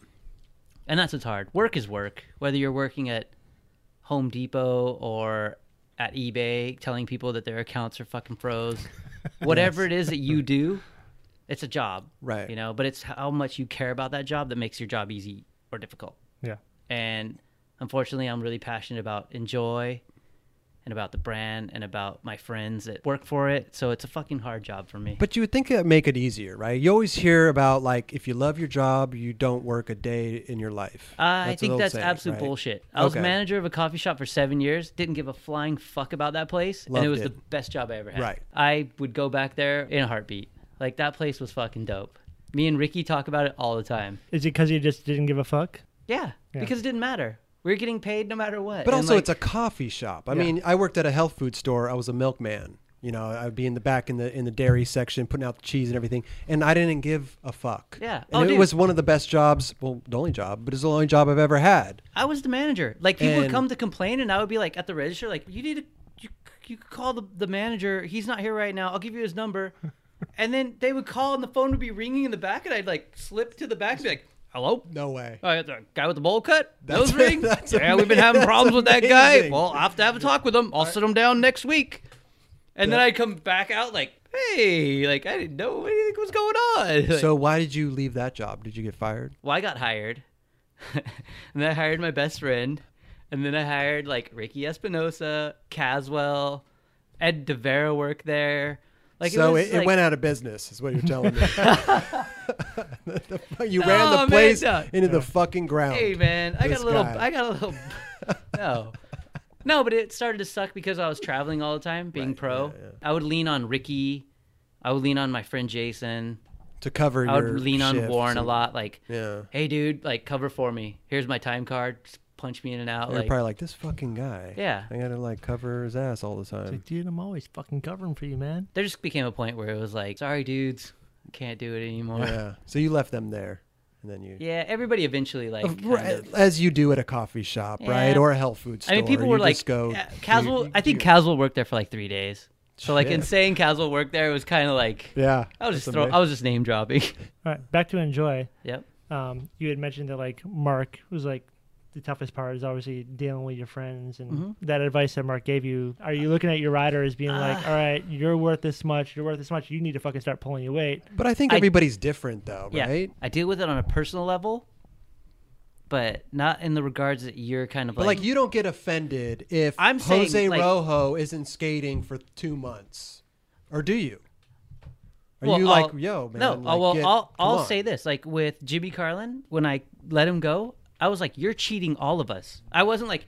Speaker 3: and that's what's hard. Work is work, whether you're working at Home Depot or at eBay telling people that their accounts are fucking froze. Whatever it is that you do, it's a job.
Speaker 1: Right.
Speaker 3: You know, but it's how much you care about that job that makes your job easy or difficult.
Speaker 2: Yeah.
Speaker 3: And unfortunately, I'm really passionate about Enjoy and about the brand and about my friends that work for it. So it's a fucking hard job for me.
Speaker 1: But you would think it make it easier, right? You always hear about like if you love your job, you don't work a day in your life.
Speaker 3: I
Speaker 1: an
Speaker 3: think
Speaker 1: old
Speaker 3: that's
Speaker 1: saying,
Speaker 3: absolute
Speaker 1: right?
Speaker 3: bullshit. I was
Speaker 1: Okay.
Speaker 3: manager of a coffee shop for seven years, didn't give a flying fuck about that place, and
Speaker 1: Loved
Speaker 3: it was
Speaker 1: it.
Speaker 3: the best job I ever had.
Speaker 1: Right.
Speaker 3: I would go back there in a heartbeat. Like that place was fucking dope. Me and Ricky talk about it all the time.
Speaker 2: Is it because you just didn't give a fuck?
Speaker 3: Yeah,
Speaker 2: Yeah.
Speaker 3: because it didn't matter. We were getting paid no matter what.
Speaker 1: But
Speaker 3: And,
Speaker 1: also,
Speaker 3: like,
Speaker 1: it's a coffee shop. I
Speaker 2: Yeah.
Speaker 1: mean, I worked at a health food store. I was a milkman. You know, I'd be in the back in the in the dairy section, putting out the cheese and everything, and I didn't give a fuck.
Speaker 3: Yeah.
Speaker 1: and
Speaker 3: Oh,
Speaker 1: it
Speaker 3: dude.
Speaker 1: was one of the best jobs. Well, the only job, but it's the only job I've ever had.
Speaker 3: I was the manager. Like people would
Speaker 1: And-
Speaker 3: come to complain, and I would be like at the register, like you need to you, you could call the the manager. He's not here right now. I'll give you his number. and then they would call, and the phone would be ringing in the back, and I'd like slip to the back and be like, "Hello."
Speaker 1: No way.
Speaker 3: Oh, yeah, the guy with the bowl cut,
Speaker 1: That's-
Speaker 3: nose ring.
Speaker 1: that's
Speaker 3: yeah, we've been
Speaker 1: ama-
Speaker 3: having
Speaker 1: that's
Speaker 3: problems with that guy.
Speaker 1: amazing.
Speaker 3: Well, I'll have to have a talk with him. I'll sit him down next week, and then I would come back out like, "Hey, like I didn't know what do you think was going on." Like,
Speaker 1: So why did you leave that job? Did you get fired?
Speaker 3: well, I got hired, and then I hired my best friend, and then I hired like Ricky Espinosa, Caswell, Ed DeVera worked there. Like
Speaker 1: so
Speaker 3: was,
Speaker 1: it,
Speaker 3: like-
Speaker 1: it went out of business, is what you're telling me. The fu- you ran
Speaker 3: No,
Speaker 1: the
Speaker 3: Oh, man,
Speaker 1: place
Speaker 3: no.
Speaker 1: into the fucking ground.
Speaker 3: Hey man, I got
Speaker 1: This
Speaker 3: a little.
Speaker 1: guy.
Speaker 3: I got a little. no, no, but it started to suck because I was traveling all the time, being
Speaker 1: Right,
Speaker 3: pro.
Speaker 1: yeah, yeah.
Speaker 3: I would lean on Ricky. I would lean on my friend Jason.
Speaker 1: to cover
Speaker 3: I
Speaker 1: your
Speaker 3: would lean on
Speaker 1: shifts
Speaker 3: Warren a
Speaker 1: and-
Speaker 3: lot. Like,
Speaker 1: Yeah.
Speaker 3: hey dude, like cover for me. Here's my time card. Just punch me in and out.
Speaker 1: They're
Speaker 3: like,
Speaker 1: probably like this fucking guy.
Speaker 3: Yeah.
Speaker 1: I gotta like cover his ass all the
Speaker 2: It's
Speaker 1: time.
Speaker 2: like, dude, I'm always fucking covering for you, man.
Speaker 3: there just became a point where it was like, sorry, dudes, can't do it anymore. Yeah,
Speaker 1: yeah. So you left them there, and then you.
Speaker 3: everybody eventually like.
Speaker 1: Of-
Speaker 3: kind of-
Speaker 1: As you do at a coffee shop, right,
Speaker 3: Yeah.
Speaker 1: or a health food store.
Speaker 3: I mean, people
Speaker 1: you
Speaker 3: were
Speaker 1: just
Speaker 3: like,
Speaker 1: go,
Speaker 3: "Yeah,
Speaker 1: do-
Speaker 3: Caswell.
Speaker 1: you-
Speaker 3: I think
Speaker 1: you-
Speaker 3: Caswell worked there for like three days. So like
Speaker 1: Shit.
Speaker 3: in saying Caswell worked there, it was kind of like
Speaker 1: yeah,
Speaker 3: I was just
Speaker 1: that's
Speaker 3: throw, I
Speaker 1: amazing.
Speaker 3: was just name dropping.
Speaker 2: All right, back to enjoy.
Speaker 3: yep.
Speaker 2: Um, you had mentioned that like Mark was like the toughest part is obviously dealing with your friends and that advice that Mark gave you. Are you looking at your rider as being like, all right, you're worth this much, you're worth this much, you need to fucking start pulling your weight?
Speaker 1: But I think
Speaker 3: I-
Speaker 1: everybody's different, though,
Speaker 3: Yeah.
Speaker 1: right?
Speaker 3: I deal with it on a personal level, but not in the regards that you're kind of
Speaker 1: But like, you don't get offended if
Speaker 3: I'm saying,
Speaker 1: Jose
Speaker 3: like-
Speaker 1: Rojo isn't skating for two months, or do you? Are
Speaker 3: Well,
Speaker 1: you like,
Speaker 3: I'll-
Speaker 1: yo, man?
Speaker 3: No,
Speaker 1: like,
Speaker 3: oh, well,
Speaker 1: get-
Speaker 3: I'll,
Speaker 1: come
Speaker 3: I'll
Speaker 1: on."
Speaker 3: say this. Like with Jimmy Carlin, when I let him go, I was like, you're cheating all of us. I wasn't like,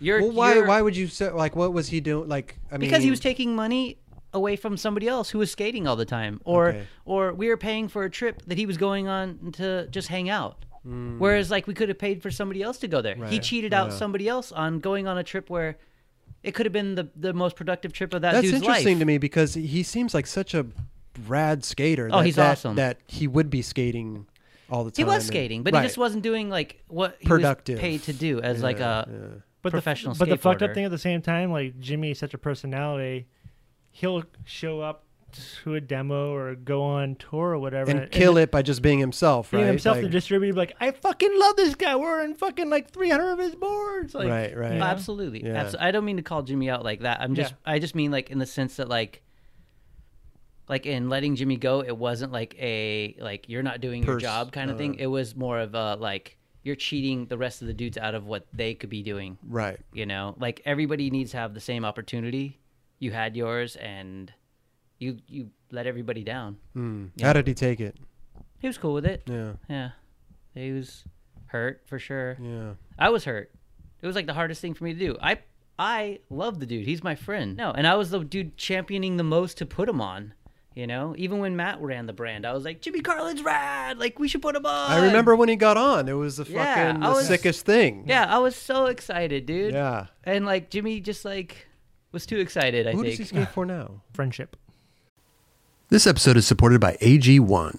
Speaker 3: you're.
Speaker 1: Well, why?
Speaker 3: you're-
Speaker 1: Why would you say? Like, what was he doing? Like, I mean,
Speaker 3: because he was taking money away from somebody else who was skating all the time or
Speaker 1: Okay.
Speaker 3: or we were paying for a trip that he was going on to just hang out whereas like we could have paid for somebody else to go there he
Speaker 1: Hmm. Right,
Speaker 3: cheated out
Speaker 1: yeah.
Speaker 3: somebody else on going on a trip where it could have been the, the most productive trip of that
Speaker 1: That's
Speaker 3: dude's
Speaker 1: interesting
Speaker 3: life
Speaker 1: to me because he seems like such a rad skater.
Speaker 3: Oh,
Speaker 1: that-
Speaker 3: he's
Speaker 1: that,
Speaker 3: awesome.
Speaker 1: That he would be skating all the time.
Speaker 3: he
Speaker 1: and-
Speaker 3: was skating but
Speaker 1: Right.
Speaker 3: he just wasn't doing like what he
Speaker 1: Productive.
Speaker 3: was paid to do as like
Speaker 1: Yeah,
Speaker 3: a
Speaker 1: yeah.
Speaker 2: but the-
Speaker 3: professional
Speaker 2: but the fucked up
Speaker 3: skateboarder.
Speaker 2: thing at the same time like jimmy is such a personality he'll show up to a demo or go on tour or whatever
Speaker 1: and kill
Speaker 2: and
Speaker 1: it by just being himself,
Speaker 2: being
Speaker 1: right?
Speaker 2: himself
Speaker 1: Like,
Speaker 2: the distributor be like i fucking love this guy we're in fucking like 300 of his boards like
Speaker 1: Right, right.
Speaker 2: you know?
Speaker 3: Absolutely.
Speaker 1: Yeah.
Speaker 3: Abso- I don't mean to call Jimmy out like that. I'm just I just mean like in the sense that like like in letting Jimmy go, it wasn't like a like you're not doing your
Speaker 1: Pers- uh-huh.
Speaker 3: job kind of thing. It was more of a like you're cheating the rest of the dudes out of what they could be doing.
Speaker 1: right.
Speaker 3: You know, like everybody needs to have the same opportunity. You had yours, and you you let everybody down.
Speaker 1: Mm.
Speaker 3: Yeah.
Speaker 1: How did he take it?
Speaker 3: He was cool with it.
Speaker 1: Yeah,
Speaker 3: Yeah, he was hurt for sure.
Speaker 1: yeah.
Speaker 3: I was hurt. It was like the hardest thing for me to do. I I love the dude. He's my friend. No, and I was the dude championing the most to put him on. You know, even when Matt ran the brand, I was like, Jimmy Carlin's rad. Like we should put him on.
Speaker 1: I remember when he got on. It was the
Speaker 3: Uh, Yeah,
Speaker 1: fucking
Speaker 3: I
Speaker 1: the
Speaker 3: was-
Speaker 1: sickest thing.
Speaker 3: Yeah, I was so excited, dude.
Speaker 1: Yeah.
Speaker 3: And like Jimmy just like was too excited. I
Speaker 1: Who
Speaker 3: think.
Speaker 1: does he skate for now?
Speaker 2: friendship
Speaker 1: This episode is supported by AG1.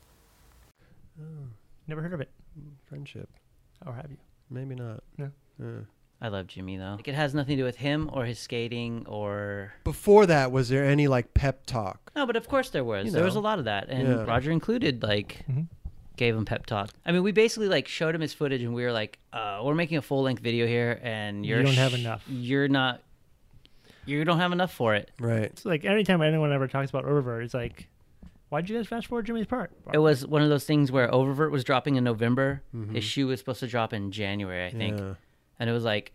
Speaker 2: Never heard of it.
Speaker 1: Friendship.
Speaker 2: Or have you?
Speaker 1: Maybe not.
Speaker 2: No.
Speaker 3: I love Jimmy though. Like it has nothing to do with him or his skating or
Speaker 1: Before that, was there any like pep talk?
Speaker 3: no, but of course there was. There was a
Speaker 1: know.
Speaker 3: lot of that, and
Speaker 1: Yeah.
Speaker 3: Roger included. Like,
Speaker 2: Mm-hmm.
Speaker 3: gave him pep talk. I mean, we basically like showed him his footage, and we were like, uh, "We're making a full length video here, and
Speaker 2: You
Speaker 3: you're
Speaker 2: don't have
Speaker 3: sh-
Speaker 2: enough.
Speaker 3: You're not. You don't have enough for it.
Speaker 1: Right.
Speaker 2: It's like anytime anyone ever talks about River, it's like, why'd you guys fast forward Jimmy's part?
Speaker 3: It was one of those things where Oververt was dropping in November. His shoe was supposed to drop in January, I think,
Speaker 1: Mm-hmm. Yeah.
Speaker 3: and it was like,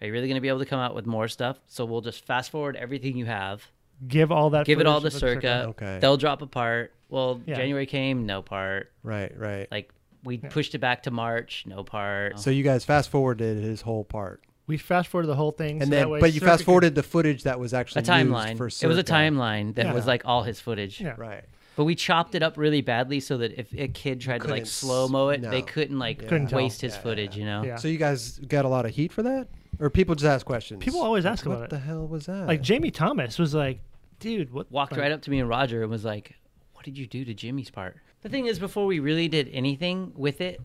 Speaker 3: "Are you really going to be able to come out with more stuff? So we'll just fast forward everything you have."
Speaker 2: give all that.
Speaker 3: give it all the
Speaker 2: footage to
Speaker 3: circa.
Speaker 1: Okay.
Speaker 3: They'll drop a part. Well,
Speaker 2: Yeah.
Speaker 3: January came, no part.
Speaker 1: Right, right.
Speaker 3: Like we pushed it back to March, no part.
Speaker 1: so you guys fast forwarded his whole part.
Speaker 2: We fast forwarded the whole thing,
Speaker 1: And
Speaker 2: so that
Speaker 1: then
Speaker 2: way
Speaker 1: but you
Speaker 2: Circa
Speaker 1: fast
Speaker 2: could-
Speaker 1: forwarded the footage that was
Speaker 3: a
Speaker 1: actually
Speaker 3: timeline.
Speaker 1: used for
Speaker 3: It was a
Speaker 1: Circa.
Speaker 3: timeline that was
Speaker 2: Yeah.
Speaker 3: like all his footage.
Speaker 2: Yeah.
Speaker 1: Right.
Speaker 3: But we chopped it up really badly so that if a kid tried to
Speaker 1: couldn't
Speaker 3: like
Speaker 1: s-
Speaker 3: slow mo it,
Speaker 1: no.
Speaker 3: they couldn't like
Speaker 2: Couldn't tell.
Speaker 3: waste his footage, you know?
Speaker 2: Yeah.
Speaker 1: So you guys got a lot of heat for that? Or people just ask questions?
Speaker 2: People always ask
Speaker 1: what
Speaker 2: about it.
Speaker 1: the hell was that?
Speaker 2: Like Jamie Thomas was like, dude, what?
Speaker 3: Walked right up to me and Roger and was like, What did you do to Jimmy's part? The thing is, before we really did anything with it,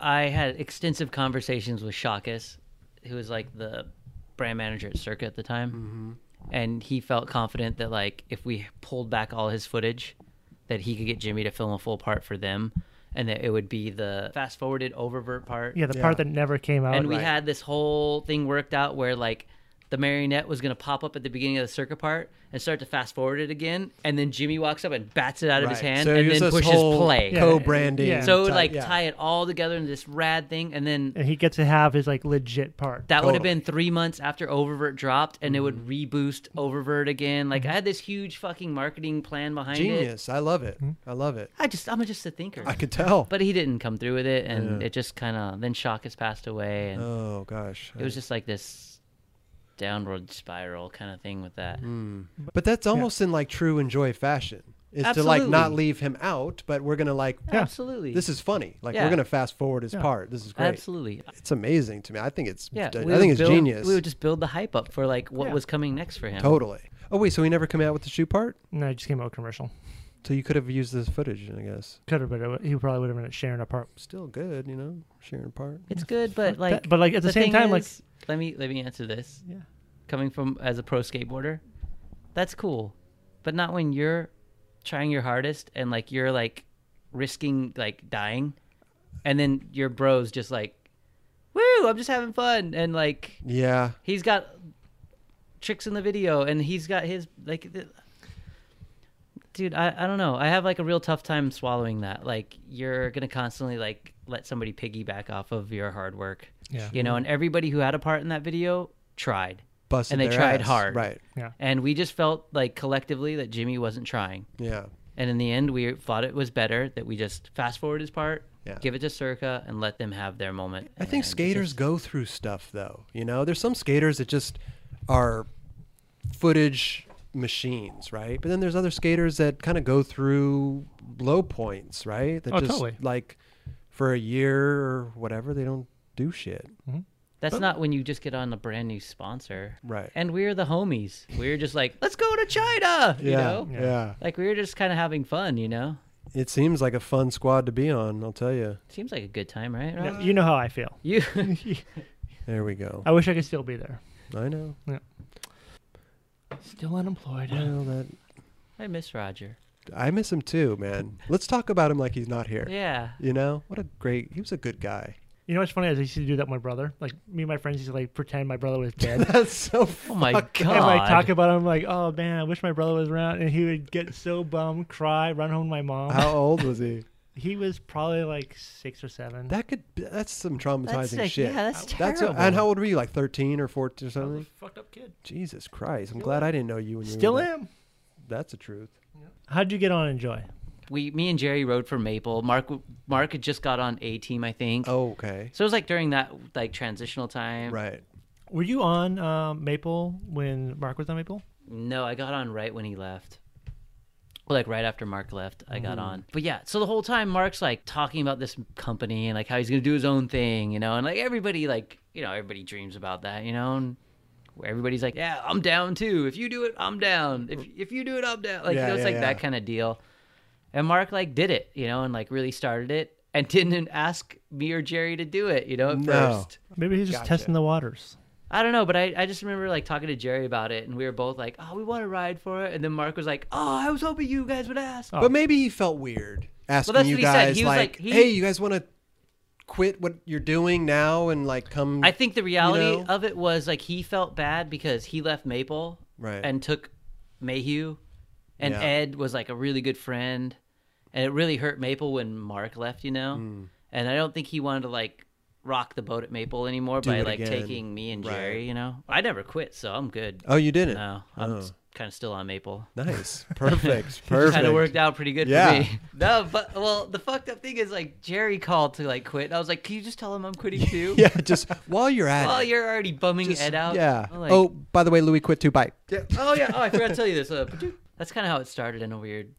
Speaker 3: I had extensive conversations with Shakas, who was like the brand manager at Circa at the time. And he felt confident that like if we pulled back all his footage, that he could get Jimmy to film a full part for them, and that it would be the fast forwarded oververt part.
Speaker 2: Yeah, the
Speaker 1: Yeah.
Speaker 2: part that never came out.
Speaker 3: And we
Speaker 1: Oh, Right.
Speaker 3: had this whole thing worked out where like the marionette was gonna pop up at the beginning of the circuit part and start to fast forward it again, and then Jimmy walks up and bats it out of his
Speaker 1: Right.
Speaker 3: hand
Speaker 1: So
Speaker 3: and
Speaker 1: it was
Speaker 3: then
Speaker 1: this
Speaker 3: pushes
Speaker 1: whole
Speaker 3: play.
Speaker 2: Yeah.
Speaker 1: Co-branding.
Speaker 2: Yeah.
Speaker 3: So it would
Speaker 1: type-
Speaker 3: like
Speaker 1: yeah.
Speaker 3: tie it all together into this rad thing, and then
Speaker 2: and he gets to have his like legit part.
Speaker 3: that would have
Speaker 1: Totally. Mm-hmm.
Speaker 3: been three months after Oververt dropped, and it would reboost Oververt again. Like I had this huge fucking marketing plan behind it.
Speaker 1: Genius. I love it.
Speaker 2: Mm-hmm.
Speaker 1: I love it.
Speaker 3: I just I'm just a thinker.
Speaker 1: I could tell.
Speaker 3: But he didn't come through with it, and it just kind of then Shock has passed away, and
Speaker 1: oh gosh.
Speaker 3: it was just like this downward spiral kind of thing with that.
Speaker 1: Mm. But that's almost in like true enjoy fashion. Is to like not
Speaker 3: Absolutely.
Speaker 1: leave him out, but we're gonna like
Speaker 3: Absolutely.
Speaker 1: this is funny. Like we're
Speaker 3: Yeah.
Speaker 1: gonna fast forward his part. This is great.
Speaker 3: absolutely.
Speaker 1: It's amazing to me. I think it's
Speaker 3: Yeah,
Speaker 1: I
Speaker 3: we would
Speaker 1: think it's
Speaker 3: build-
Speaker 1: genius.
Speaker 3: We would just build the hype up for like what
Speaker 2: Yeah.
Speaker 3: was coming next for him.
Speaker 1: totally. Oh wait, so he never came out with the shoe part?
Speaker 2: No, it just came out commercial.
Speaker 1: So you could have used this footage, I guess.
Speaker 2: Could have, but it, he probably would have been sharing a part.
Speaker 1: Still good, you know, sharing part.
Speaker 3: It's good, but like,
Speaker 2: but, like, at the same
Speaker 3: thing
Speaker 2: time, like-
Speaker 3: is- let me let me answer this.
Speaker 2: Yeah.
Speaker 3: Coming from as a pro skateboarder, that's cool, but not when you're trying your hardest and like you're like risking like dying, and then your bros just like, woo, I'm just having fun, and like
Speaker 1: Yeah.
Speaker 3: he's got tricks in the video and he's got his like th- dude I, I don't know i have like a real tough time swallowing that like you're gonna constantly like let somebody piggyback off of your hard work
Speaker 2: Yeah.
Speaker 3: you know and everybody who had a part in that video tried
Speaker 1: Busted
Speaker 3: and they
Speaker 1: their
Speaker 3: tried
Speaker 1: ass.
Speaker 3: hard
Speaker 1: Right.
Speaker 2: Yeah.
Speaker 3: and we just felt like collectively that jimmy wasn't trying
Speaker 1: Yeah.
Speaker 3: and in the end we thought it was better that we just fast forward his part
Speaker 1: Yeah.
Speaker 3: give it to circa and let them have their moment
Speaker 1: I think
Speaker 3: And
Speaker 1: skaters
Speaker 3: just-
Speaker 1: go through stuff though. You know, there's some skaters that just are footage machines, right? But then there's other skaters that kind of go through low points, right? That
Speaker 2: Oh,
Speaker 1: just
Speaker 2: totally.
Speaker 1: like for a year or whatever, they don't do shit.
Speaker 3: That's not when you just get on a brand new sponsor.
Speaker 1: Right.
Speaker 3: And we're the homies. We're just like, let's go to China. You
Speaker 1: yeah,
Speaker 3: know?
Speaker 1: yeah.
Speaker 3: Like we were just kind of having fun, you know?
Speaker 1: It seems like a fun squad to be on. I'll tell you.
Speaker 3: Seems like a good time, right?
Speaker 2: Yeah,
Speaker 3: Rob?
Speaker 2: you know how I feel.
Speaker 3: You
Speaker 1: There we go.
Speaker 2: I wish I could still be there.
Speaker 1: I know.
Speaker 2: Still unemployed.
Speaker 1: Well, that
Speaker 3: I miss Roger.
Speaker 1: I miss him too, man. Let's talk about him like he's not here.
Speaker 3: Yeah.
Speaker 1: You know what a great. He was a good guy.
Speaker 2: You know what's funny is I used to do that with my brother. Like me and my friends used to like pretend my brother was dead.
Speaker 1: That's so.
Speaker 3: Oh my god.
Speaker 2: And like talk about him like, oh man, I wish my brother was around and he would get so bummed, cry, run home to my mom.
Speaker 1: How old was he?
Speaker 2: He was probably like six or seven.
Speaker 1: That could. That's some traumatizing
Speaker 3: that's like,
Speaker 1: shit.
Speaker 3: Yeah, that's
Speaker 1: That's
Speaker 3: terrible.
Speaker 1: a, and how old were you? Like thirteen or fourteen or something?
Speaker 2: fucked up kid.
Speaker 1: Jesus Christ! I'm glad I didn't know you when you were
Speaker 2: Still
Speaker 1: that-
Speaker 2: am.
Speaker 1: That's the truth.
Speaker 2: How'd you get on Enjoy?
Speaker 3: we, me and Jerry rode for Maple. Mark, Mark had just got on A team, I think.
Speaker 1: Oh, okay.
Speaker 3: So it was like during that like transitional time.
Speaker 1: Right.
Speaker 2: Were you on um, Maple when Mark was on Maple?
Speaker 3: No, I got on right when he left. Well, Like right after Mark left, I
Speaker 1: Mm.
Speaker 3: got on. But yeah, so the whole time Mark's like talking about this company and like how he's gonna do his own thing, you know, and like everybody like you know everybody dreams about that, you know, and everybody's like, yeah, I'm down too. If you do it, I'm down. If if you do it, I'm down. Like
Speaker 1: Yeah,
Speaker 3: you know, it's
Speaker 1: yeah,
Speaker 3: like
Speaker 1: yeah.
Speaker 3: that kind of deal. And Mark like did it, you know, and like really started it and didn't ask me or Jerry to do it, you know, at
Speaker 1: No.
Speaker 3: first.
Speaker 2: Maybe he's just
Speaker 1: Gotcha.
Speaker 2: testing the waters.
Speaker 3: I don't know, but I, I just remember like talking to Jerry about it, and we were both like, "Oh, we want to ride for it," and then Mark was like, "Oh, I was hoping you guys would ask."
Speaker 2: Oh.
Speaker 1: But maybe he felt weird asking
Speaker 3: that's
Speaker 1: you
Speaker 3: what he said.
Speaker 1: guys,
Speaker 3: He was
Speaker 1: like,
Speaker 3: like- he-
Speaker 1: "Hey, you guys want to quit what you're doing now and like come?"
Speaker 3: I think the reality
Speaker 1: You know?
Speaker 3: of it was like he felt bad because he left Maple
Speaker 1: Right.
Speaker 3: and took Mayhew, and
Speaker 1: Yeah.
Speaker 3: Ed was like a really good friend, and it really hurt Maple when Mark left, you know.
Speaker 1: Mm.
Speaker 3: And I don't think he wanted to like rock the boat at Maple anymore
Speaker 1: Do
Speaker 3: by
Speaker 1: it
Speaker 3: like
Speaker 1: again.
Speaker 3: taking me and
Speaker 1: Right.
Speaker 3: Jerry, you know. I never quit, so I'm good.
Speaker 1: oh, you didn't.
Speaker 3: No, I'm
Speaker 1: Oh.
Speaker 3: kind of still on Maple.
Speaker 1: Nice. Perfect. Perfect.
Speaker 3: kind of worked out pretty good
Speaker 1: Yeah.
Speaker 3: for me. No, but well, the fucked up thing is like Jerry called to like quit. And I was like, can you just tell him I'm quitting too?
Speaker 1: Yeah, just while you're at
Speaker 3: Well,
Speaker 1: it.
Speaker 3: you're already bumming
Speaker 1: just-
Speaker 3: Ed out.
Speaker 1: Yeah.
Speaker 3: I'm like,
Speaker 1: oh, by the way, Louis quit too. Bye.
Speaker 3: oh yeah. Oh, I forgot to tell you this. Uh, that's kind of how it started in a weird,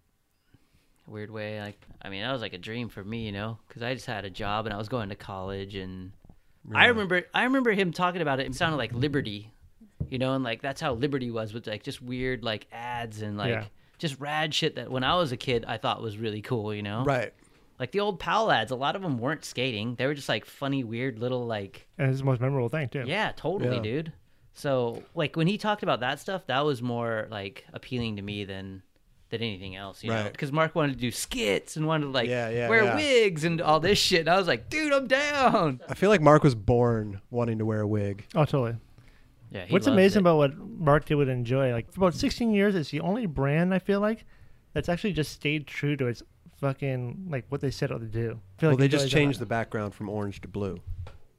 Speaker 3: weird way. Like, I mean, that was like a dream for me, you know, because I just had a job and I was going to college, and I remember, I remember him talking about it. It sounded like Liberty, you know, and like that's how Liberty was with like just weird like ads and like.
Speaker 2: Yeah.
Speaker 3: Just rad shit that when I was a kid I thought was really cool, you know?
Speaker 1: Right.
Speaker 3: Like the old Powell ads, a lot of them weren't skating. They were just like funny, weird little like
Speaker 2: And it's the most memorable thing too.
Speaker 3: yeah, totally,
Speaker 1: Yeah.
Speaker 3: dude. So like when he talked about that stuff, that was more like appealing to me than than anything else, you know?
Speaker 1: Right.
Speaker 3: Because Mark wanted to do skits and wanted to like
Speaker 1: Yeah, yeah,
Speaker 3: wear
Speaker 1: yeah.
Speaker 3: wigs and all this shit. And I was like, dude, I'm down.
Speaker 1: I feel like Mark was born wanting to wear a wig.
Speaker 2: Oh, totally.
Speaker 3: Yeah. he
Speaker 2: What's
Speaker 3: loved
Speaker 2: amazing
Speaker 3: it.
Speaker 2: about what Mark did with Enjoy, like for about 16 years, it's the only brand I feel like that's actually just stayed true to its fucking like what they said it would do. I feel
Speaker 1: Well,
Speaker 2: like
Speaker 1: they just
Speaker 2: Enjoy's
Speaker 1: changed the
Speaker 2: on-
Speaker 1: background from orange to blue.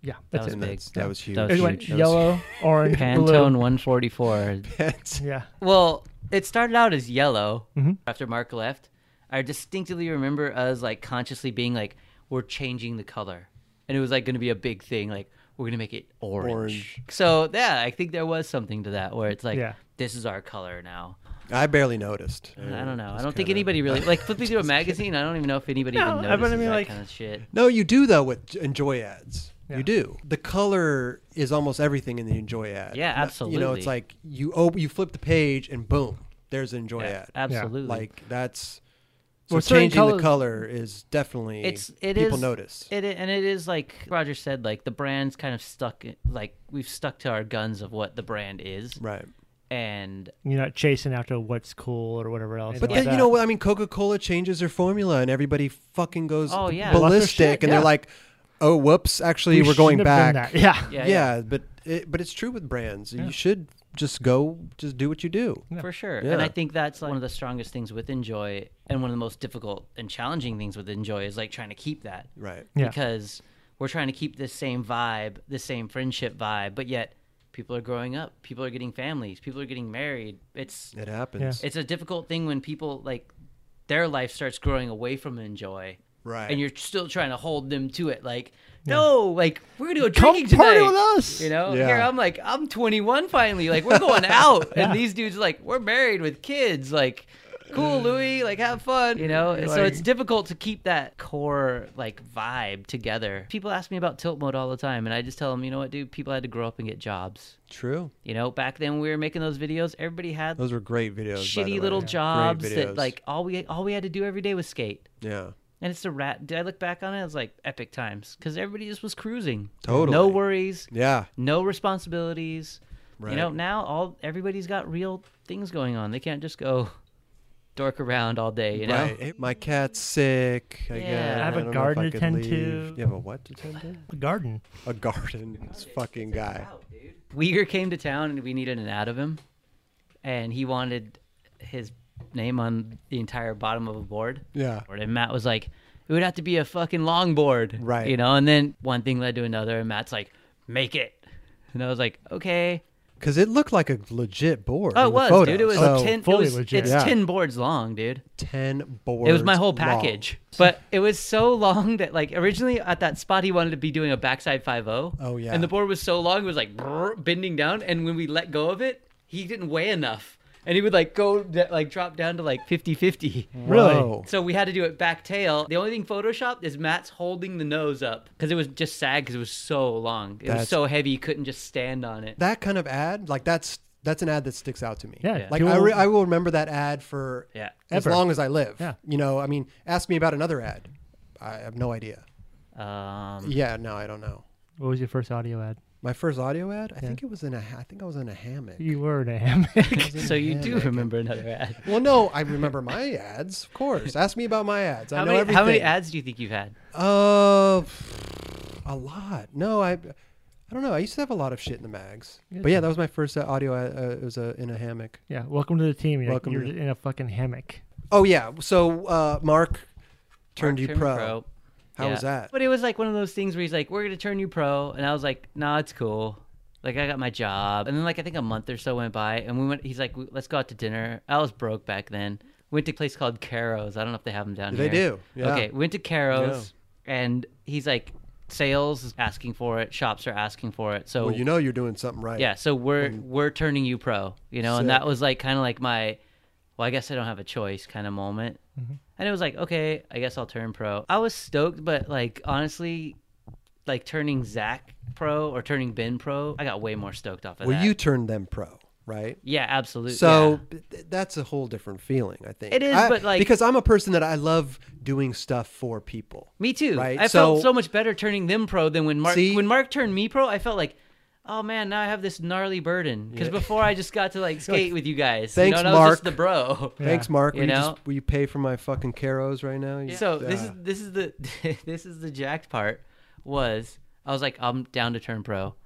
Speaker 2: Yeah,
Speaker 3: That
Speaker 2: that's it.
Speaker 3: was
Speaker 1: and
Speaker 3: big.
Speaker 1: that's- that was huge.
Speaker 3: That
Speaker 2: It
Speaker 3: was
Speaker 2: went
Speaker 3: huge.
Speaker 2: yellow, orange,
Speaker 3: Pantone
Speaker 2: blue.
Speaker 3: 144.
Speaker 2: Yeah,
Speaker 3: Well, it started out as yellow
Speaker 2: Mhm.
Speaker 3: after Mark left. I distinctly remember us like consciously being like, we're changing the color. And it was like going to be a big thing. Like, we're going to make it orange.
Speaker 1: Orange.
Speaker 3: So, yeah, I think there was something to that where it's like,
Speaker 2: Yeah.
Speaker 3: this is our color now.
Speaker 1: I barely noticed.
Speaker 3: I don't know. I
Speaker 1: Just
Speaker 3: don't think
Speaker 1: kinda-
Speaker 3: anybody really, like, flipping through a magazine, I don't even know if anybody
Speaker 2: No,
Speaker 3: even
Speaker 2: I- but I
Speaker 3: notices
Speaker 2: mean,
Speaker 3: that
Speaker 2: like-
Speaker 3: kind of shit.
Speaker 1: No, you do though with enjoy ads.
Speaker 2: Yeah.
Speaker 1: You do. The color is almost everything in the enjoy ad.
Speaker 3: Yeah,
Speaker 1: No- You know,
Speaker 3: absolutely.
Speaker 1: it's like you op- you flip the page and boom, there's an enjoy
Speaker 3: Oh, Yeah,
Speaker 1: ad.
Speaker 3: absolutely.
Speaker 1: Like that's so
Speaker 2: Well, certain
Speaker 1: changing the
Speaker 2: colors-
Speaker 1: color is definitely
Speaker 3: it's it is
Speaker 1: people notice.
Speaker 3: it i- and it is like Roger said like the brand's kind of stuck i- like we've stuck to our guns of what the brand is
Speaker 1: right.
Speaker 3: and
Speaker 2: you're not chasing after what's cool or whatever else.
Speaker 1: But
Speaker 2: like
Speaker 1: then you
Speaker 2: that.
Speaker 1: know what I mean Coca-Cola changes their formula and everybody fucking goes
Speaker 3: Oh, yeah.
Speaker 2: their
Speaker 3: Lost
Speaker 1: ballistic
Speaker 2: shit,
Speaker 1: and
Speaker 2: yeah.
Speaker 1: they're like, "Oh, whoops, actually
Speaker 2: We
Speaker 1: we are going
Speaker 2: shouldn't have done
Speaker 1: back."
Speaker 2: that. Yeah,
Speaker 3: yeah, yeah,
Speaker 1: yeah, but it, but it's true with brands. You should just go, just do what you do.
Speaker 3: for sure
Speaker 1: Yeah.
Speaker 3: and i think that's like one of the strongest things with enjoy and one of the most difficult and challenging things with enjoy is like trying to keep that
Speaker 1: Right.
Speaker 2: Yeah.
Speaker 3: because we're trying to keep this same vibe the same friendship vibe but yet people are growing up people are getting families people are getting married it's
Speaker 1: It happens.
Speaker 3: it's a difficult thing when people like their life starts growing away from enjoy
Speaker 1: Right.
Speaker 3: and you're still trying to hold them to it like no like we're gonna go
Speaker 2: Come
Speaker 3: drinking
Speaker 2: party
Speaker 3: tonight.
Speaker 2: with us.
Speaker 3: you know
Speaker 1: Yeah.
Speaker 3: here i'm like i'm 21 finally like we're going out and these dudes are like we're married with kids like
Speaker 2: Mm.
Speaker 4: cool, Louis. Like, have fun.
Speaker 3: you know
Speaker 4: You're
Speaker 3: so
Speaker 4: like-
Speaker 3: it's difficult to keep that core like vibe together people ask me about tilt mode all the time and i just tell them you know what dude people had to grow up and get jobs
Speaker 1: True.
Speaker 3: you know back then when we were making those videos everybody had
Speaker 1: Those were great videos. by the way.
Speaker 3: shitty little
Speaker 1: Great
Speaker 3: jobs that
Speaker 1: videos.
Speaker 3: like all we all we had to do every day was skate
Speaker 1: yeah.
Speaker 3: and it's a rat did i look back on it it was like epic times because everybody just was cruising no
Speaker 1: Totally.
Speaker 3: worries
Speaker 1: Yeah.
Speaker 3: no responsibilities you know
Speaker 1: Right.
Speaker 3: now all everybody's got real things going on they can't just go dork around all day you know
Speaker 1: Right. Hey, my cat's sick. I
Speaker 3: Yeah.
Speaker 1: guess.
Speaker 3: I
Speaker 2: a
Speaker 3: have
Speaker 1: don't know if
Speaker 2: garden
Speaker 1: I
Speaker 2: to
Speaker 1: could
Speaker 2: tend
Speaker 1: leave.
Speaker 2: to.
Speaker 1: You have a what to tend to?
Speaker 2: garden.
Speaker 1: A garden. This fucking guy.
Speaker 3: Uyghur came to town and we needed an ad of him, and he wanted his name on the entire bottom of a board.
Speaker 1: Yeah.
Speaker 3: And Matt was like, "It would have to be a fucking long board,
Speaker 1: Right.
Speaker 3: You know." And then one thing led to another, and Matt's like, "Make it," and I was like, "Okay."
Speaker 1: Because it looked like a legit board.
Speaker 3: Oh,
Speaker 1: in
Speaker 3: it
Speaker 1: the
Speaker 3: was,
Speaker 1: photos.
Speaker 3: dude. It was
Speaker 1: So,
Speaker 3: ten. It
Speaker 2: fully
Speaker 3: was,
Speaker 2: legit.
Speaker 3: It's
Speaker 1: Yeah.
Speaker 3: ten boards long, dude.
Speaker 1: ten boards.
Speaker 3: It was my whole
Speaker 1: long.
Speaker 3: package, but it was so long that like originally at that spot he wanted to be doing a backside 5-0.
Speaker 1: Oh, yeah.
Speaker 3: and the board was so long it was like brrr, bending down, and when we let go of it, he didn't weigh enough, and he would like go d- like drop down to like 50-50.
Speaker 2: Really?
Speaker 1: Whoa.
Speaker 3: So we had to do it back tail. The only thing photoshopped is Matt's holding the nose up because it was just sad because it was so long. It was
Speaker 1: That's-
Speaker 3: so heavy you couldn't just stand on it.
Speaker 1: That kind of ad, like that's that's an ad that sticks out to me.
Speaker 2: Yeah, Yeah.
Speaker 1: Like
Speaker 2: dual-
Speaker 1: I, re- I will remember that ad for
Speaker 3: Yeah.
Speaker 1: as
Speaker 2: Ever.
Speaker 1: long as I live.
Speaker 2: Yeah.
Speaker 1: You know, I mean, ask me about another ad. I have no idea.
Speaker 3: Um,
Speaker 1: Yeah. No, I don't know.
Speaker 2: What was your first audio ad?
Speaker 1: My first audio ad. I think it was in a. ha- I think I was in a hammock.
Speaker 2: You were in a hammock.
Speaker 3: so you do remember another ad.
Speaker 1: Well, no, I remember my ads, of course. Ask me about my ads. I
Speaker 3: How
Speaker 1: know
Speaker 3: many,
Speaker 1: everything.
Speaker 3: how many ads do you think you've had?
Speaker 1: Uh, a lot. No, I, I don't know. I used to have a lot of shit in the mags. But yeah, that was my first uh, audio. ad, Uh, it was uh, in a hammock.
Speaker 2: yeah. Welcome to the team. You're,
Speaker 1: Welcome
Speaker 2: you're
Speaker 1: to
Speaker 2: in a fucking hammock.
Speaker 1: Oh yeah. So uh, Mark turned
Speaker 3: Mark
Speaker 1: you
Speaker 3: turned
Speaker 1: pro. How was
Speaker 3: Yeah.
Speaker 1: that?
Speaker 3: But it was like one of those things where he's like, "We're gonna turn you pro," and I was like, "Nah, it's cool." Like I got my job, and then like I think a month or so went by, and we went. He's like, "We- "Let's go out to dinner." I was broke back then. Went to a place called Caro's. I don't know if they have them down
Speaker 1: They
Speaker 3: here.
Speaker 1: do, yeah.
Speaker 3: Okay, went to Caro's, and he's like, "Sales is asking for it. Shops are asking for it." So
Speaker 1: Well, you know you're doing something right.
Speaker 3: yeah, so we're we're turning you pro, you know, and that was like kind of like my, well, I guess I don't have a choice kind of moment,
Speaker 1: Mm-hmm.
Speaker 3: and it was like, okay, I guess I'll turn pro. I was stoked, but like honestly, like turning Zach pro or turning Ben pro, I got way more stoked off of
Speaker 1: Well,
Speaker 3: that.
Speaker 1: you turned them pro, right?
Speaker 3: yeah, absolutely.
Speaker 1: So b- th- that's a whole different feeling, I think.
Speaker 3: It is,
Speaker 1: I-
Speaker 3: but, like-
Speaker 1: because I'm a person that I love doing stuff for people.
Speaker 3: Me too.
Speaker 1: Right,
Speaker 3: I felt
Speaker 1: so-
Speaker 3: so much better turning them pro than when Mark
Speaker 1: See?
Speaker 3: when Mark turned me pro. I felt like, oh man, now I have this gnarly burden because before I just got to like skate with you guys.
Speaker 1: "Thanks,
Speaker 3: you know, and I was
Speaker 1: Mark."
Speaker 3: just the bro.
Speaker 1: Thanks, Mark.
Speaker 3: You
Speaker 1: will, you
Speaker 3: know?
Speaker 1: just, will you pay for my fucking Caros right now? You-
Speaker 3: So this is
Speaker 1: Ah.
Speaker 3: this is the this is the jacked part. Was I was like I'm down to turn pro.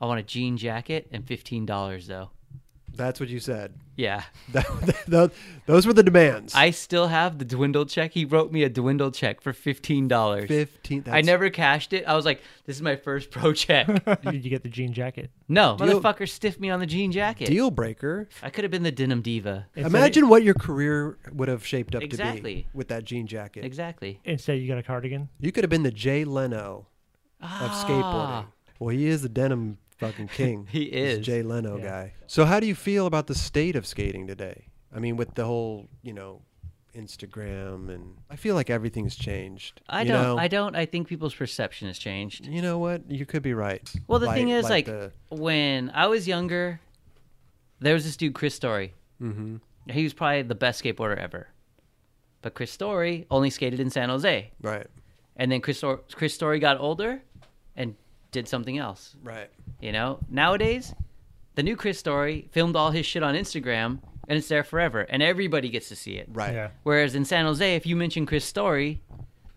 Speaker 3: I want a jean jacket and fifteen dollars though.
Speaker 1: that's what you said.
Speaker 3: Yeah,
Speaker 1: Tho- Those were the demands.
Speaker 3: I still have the dwindle check. He wrote me a dwindle check for fifteen dollars.
Speaker 1: fifteen.
Speaker 3: I
Speaker 1: that's-
Speaker 3: never cashed it. I was like, this is my first pro check.
Speaker 2: Did you get the jean jacket?
Speaker 3: no,
Speaker 1: Deal-
Speaker 3: motherfucker stiffed me on the jean jacket.
Speaker 1: deal breaker.
Speaker 3: I could have been the denim diva.
Speaker 1: Imagine what your career would have shaped up to
Speaker 3: Exactly.
Speaker 1: be with that jean jacket.
Speaker 3: Exactly.
Speaker 2: Instead, you got a cardigan.
Speaker 1: You could have been the Jay Leno of skateboarding. Well, he is the denim fucking king.
Speaker 3: Ah. He
Speaker 1: He's
Speaker 3: is.
Speaker 1: Jay Leno guy. So how do you feel about the state of skating today? I mean, with the whole, you know, Instagram and I feel like everything's changed.
Speaker 3: I
Speaker 1: you
Speaker 3: don't.
Speaker 1: Know?
Speaker 3: I don't. I think people's perception has changed.
Speaker 1: You know what? You could be right.
Speaker 3: Well, the thing is, like,
Speaker 1: the-
Speaker 3: when I was younger, there was this dude, Chris Story. Mm-hmm. He was probably the best skateboarder ever. But Chris Story only skated in San Jose.
Speaker 1: right,
Speaker 3: And then Chris, Stor- Chris Story got older and did something else.
Speaker 1: right.
Speaker 3: You know, nowadays, the new Chris Story filmed all his shit on Instagram and it's there forever. And everybody gets to see it.
Speaker 1: Right.
Speaker 2: Yeah.
Speaker 3: Whereas in San Jose, if you mention Chris Story,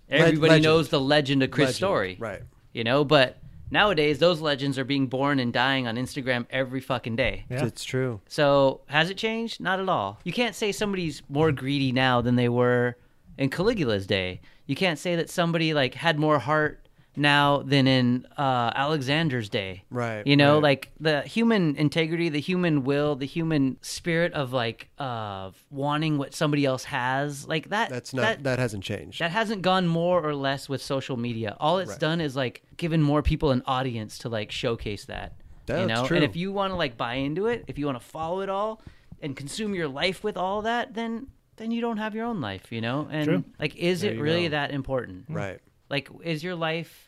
Speaker 3: everybody
Speaker 1: legend.
Speaker 3: knows the legend of Chris
Speaker 1: Legend.
Speaker 3: Story
Speaker 1: Right.
Speaker 3: you know but nowadays those legends are being born and dying on instagram every fucking day
Speaker 2: Yeah.
Speaker 1: It's true.
Speaker 3: so has it changed not at all you can't say somebody's more greedy now than they were in caligula's day you can't say that somebody like had more heart now than in uh, alexander's day
Speaker 1: Right,
Speaker 3: you know
Speaker 1: right.
Speaker 3: like the human integrity the human will the human spirit of like of wanting what somebody else has like that
Speaker 1: That's not.
Speaker 3: that-
Speaker 1: That, hasn't changed.
Speaker 3: that hasn't gone more or less with social media. All it's done is like given more people an audience to like showcase that. you
Speaker 1: That's
Speaker 3: know?
Speaker 1: true.
Speaker 3: And if you want to like buy into it, if you want to follow it all and consume your life with all that, then then you don't have your own life, you know? And
Speaker 2: True.
Speaker 3: like is
Speaker 1: There
Speaker 3: it
Speaker 1: you
Speaker 3: really
Speaker 1: go.
Speaker 3: that important?
Speaker 1: Right.
Speaker 3: Like is your life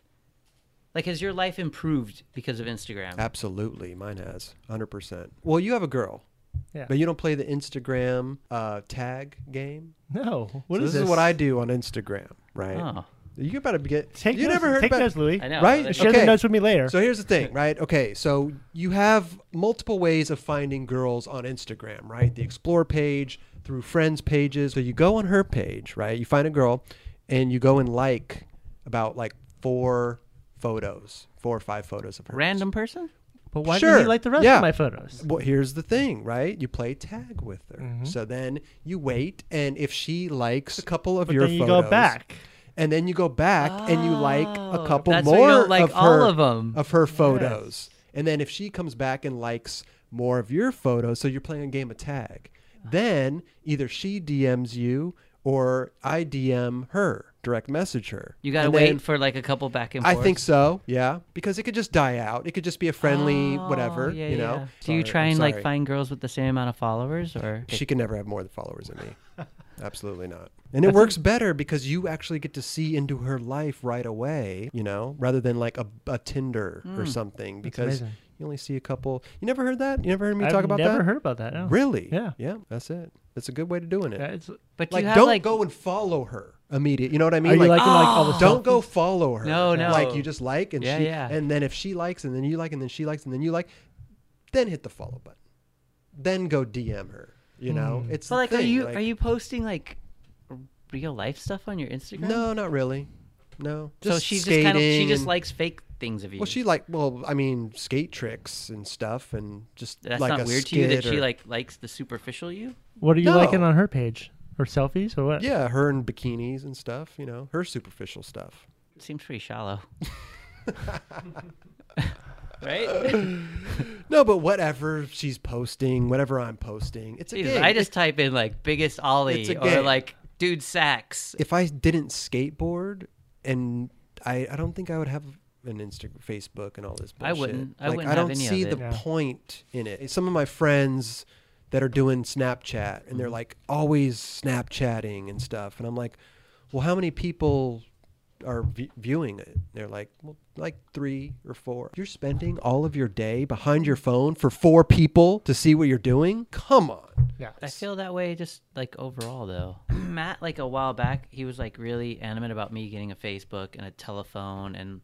Speaker 3: like has your life improved because of Instagram?
Speaker 1: Absolutely. Mine has 100%. Well, you have a girl.
Speaker 2: Yeah.
Speaker 1: But you don't play the Instagram uh, tag game.
Speaker 2: No. What
Speaker 1: So
Speaker 2: is
Speaker 1: this? Is what I do on Instagram, right?
Speaker 3: Oh.
Speaker 1: You better get.
Speaker 2: Take
Speaker 1: you
Speaker 2: notes,
Speaker 1: never heard
Speaker 2: take
Speaker 1: about
Speaker 2: notes, Louis.
Speaker 3: I know.
Speaker 1: Right?
Speaker 3: that's-
Speaker 2: Share
Speaker 1: Okay.
Speaker 2: the notes with me later.
Speaker 1: So here's the thing, right? Okay, so you have multiple ways of finding girls on Instagram, right? The explore page, through friends pages. So you go on her page, right? You find a girl and you go and like about like four photos, four or five photos of her.
Speaker 3: Random person?
Speaker 2: but why
Speaker 1: sure,
Speaker 2: did you like the rest
Speaker 1: yeah.
Speaker 2: of my photos?
Speaker 1: Well, here's the thing, right? You play tag with her.
Speaker 2: Mm-hmm.
Speaker 1: So then you wait and if she likes a couple of
Speaker 2: But
Speaker 1: your
Speaker 2: then you
Speaker 1: photos,
Speaker 2: go back.
Speaker 1: and then you go back and you like a
Speaker 3: Oh,
Speaker 1: couple
Speaker 3: that's why
Speaker 1: more
Speaker 3: you don't like
Speaker 1: of her,
Speaker 3: all of 'em.
Speaker 1: of her photos. And then if she comes back and likes more of your photos, so you're playing a game of tag.
Speaker 3: Ah.
Speaker 1: Then either she DMs you or I DM her, direct message her.
Speaker 3: You gotta
Speaker 1: And
Speaker 3: wait
Speaker 1: then-
Speaker 3: for like a couple back and
Speaker 1: I
Speaker 3: forth.
Speaker 1: think so. Yeah, because it could just die out. It could just be a friendly
Speaker 3: Oh,
Speaker 1: whatever,
Speaker 3: yeah,
Speaker 1: you know.
Speaker 3: yeah. Do you
Speaker 1: Sorry,
Speaker 3: try
Speaker 1: I'm
Speaker 3: and like
Speaker 1: sorry.
Speaker 3: find girls with the same amount of followers or
Speaker 1: She can never have more followers than me. Absolutely not. And it works better because you actually get to see into her life right away, you know, rather than like a, a Tinder or something because
Speaker 2: Mm. amazing.
Speaker 1: you only see a couple. You never heard that? You never heard me
Speaker 2: I've
Speaker 1: talk about
Speaker 2: never
Speaker 1: that?
Speaker 2: heard about that. No.
Speaker 1: Really?
Speaker 2: Yeah.
Speaker 1: Yeah, that's it. That's a good way to doing it.
Speaker 2: Yeah, it's-
Speaker 3: But do
Speaker 1: Like,
Speaker 3: you have
Speaker 1: don't
Speaker 3: like
Speaker 1: go and follow her immediate. You know what I
Speaker 2: are
Speaker 1: mean? Oh,
Speaker 2: you liking like all the
Speaker 1: don't go follow her.
Speaker 3: Oh. No, no.
Speaker 1: Like you just like and
Speaker 3: Yeah,
Speaker 1: she
Speaker 3: yeah.
Speaker 1: and then if she likes and then you like and then she likes and then you like, then hit the follow button. Then go DM her. You know, it's the
Speaker 3: But like, are
Speaker 1: thing,
Speaker 3: you
Speaker 1: like-
Speaker 3: are you posting like r- real life stuff on your Instagram?
Speaker 1: No, not really. No,
Speaker 3: So
Speaker 1: just
Speaker 3: she just
Speaker 1: skating.
Speaker 3: kind of she just
Speaker 1: and-
Speaker 3: likes fake things of you.
Speaker 1: Well, she like well, I mean, skate tricks and stuff, and just
Speaker 3: That's
Speaker 1: like
Speaker 3: not
Speaker 1: a
Speaker 3: weird to you that
Speaker 1: skit
Speaker 3: she
Speaker 1: or-
Speaker 3: like likes the superficial you.
Speaker 2: What are you
Speaker 1: No.
Speaker 2: liking on her page? Her selfies or what?
Speaker 1: Yeah, her in bikinis and stuff. You know, her superficial stuff.
Speaker 3: Seems pretty shallow. right?
Speaker 1: No, but whatever she's posting, whatever I'm posting, it's a
Speaker 3: Jesus,
Speaker 1: game.
Speaker 3: I just type in like biggest ollie
Speaker 1: It's a
Speaker 3: or
Speaker 1: game.
Speaker 3: like dude sacks.
Speaker 1: if I didn't skateboard, and I, I don't think I would have an Instagram, Facebook, and all this
Speaker 3: I
Speaker 1: bullshit.
Speaker 3: wouldn't. I
Speaker 1: like,
Speaker 3: wouldn't
Speaker 1: I
Speaker 3: have
Speaker 1: don't
Speaker 3: any of
Speaker 1: see
Speaker 3: it.
Speaker 1: the
Speaker 2: Yeah.
Speaker 1: point in it. Some of my friends that are doing Snapchat, and they're
Speaker 2: Mm-hmm.
Speaker 1: like always Snapchatting and stuff, and I'm like, well, how many people? are v- viewing it they're like well, like three or four you're spending all of your day behind your phone for four people to see what you're doing come on
Speaker 2: Yeah.
Speaker 3: I feel that way just like overall though. Matt like a while back, he was like really animate about me getting a Facebook and a telephone and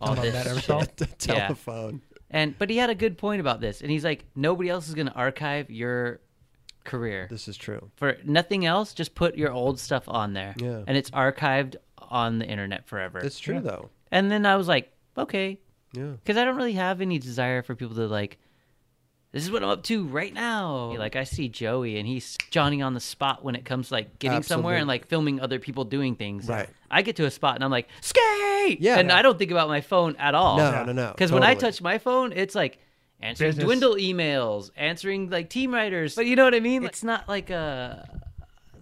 Speaker 3: all
Speaker 1: Telephone,
Speaker 3: this
Speaker 1: that
Speaker 3: shit.
Speaker 1: shit. The
Speaker 3: Yeah.
Speaker 1: telephone
Speaker 3: And but he had a good point about this, and he's like, nobody else is gonna archive your career
Speaker 1: this is true
Speaker 3: for nothing else. Just put your old stuff on there,
Speaker 1: Yeah.
Speaker 3: and it's archived on the internet forever.
Speaker 1: it's true though
Speaker 3: and then I was like, okay,
Speaker 1: yeah
Speaker 3: because I don't really have any desire for people to like. This is what I'm up to right now. Like I see Joey, and he's Johnny on the spot when it comes to like getting somewhere and
Speaker 1: Absolutely.
Speaker 3: like filming other people doing things.
Speaker 1: Right.
Speaker 3: I get to a spot and I'm like, skate.
Speaker 1: Yeah.
Speaker 3: And I don't think about my phone at all.
Speaker 1: No, Yeah. no, no,
Speaker 3: Because when I
Speaker 1: totally.
Speaker 3: touch my phone, it's like answering
Speaker 2: Business.
Speaker 3: dwindle emails, answering like team writers. But you know what I mean? it's not like a.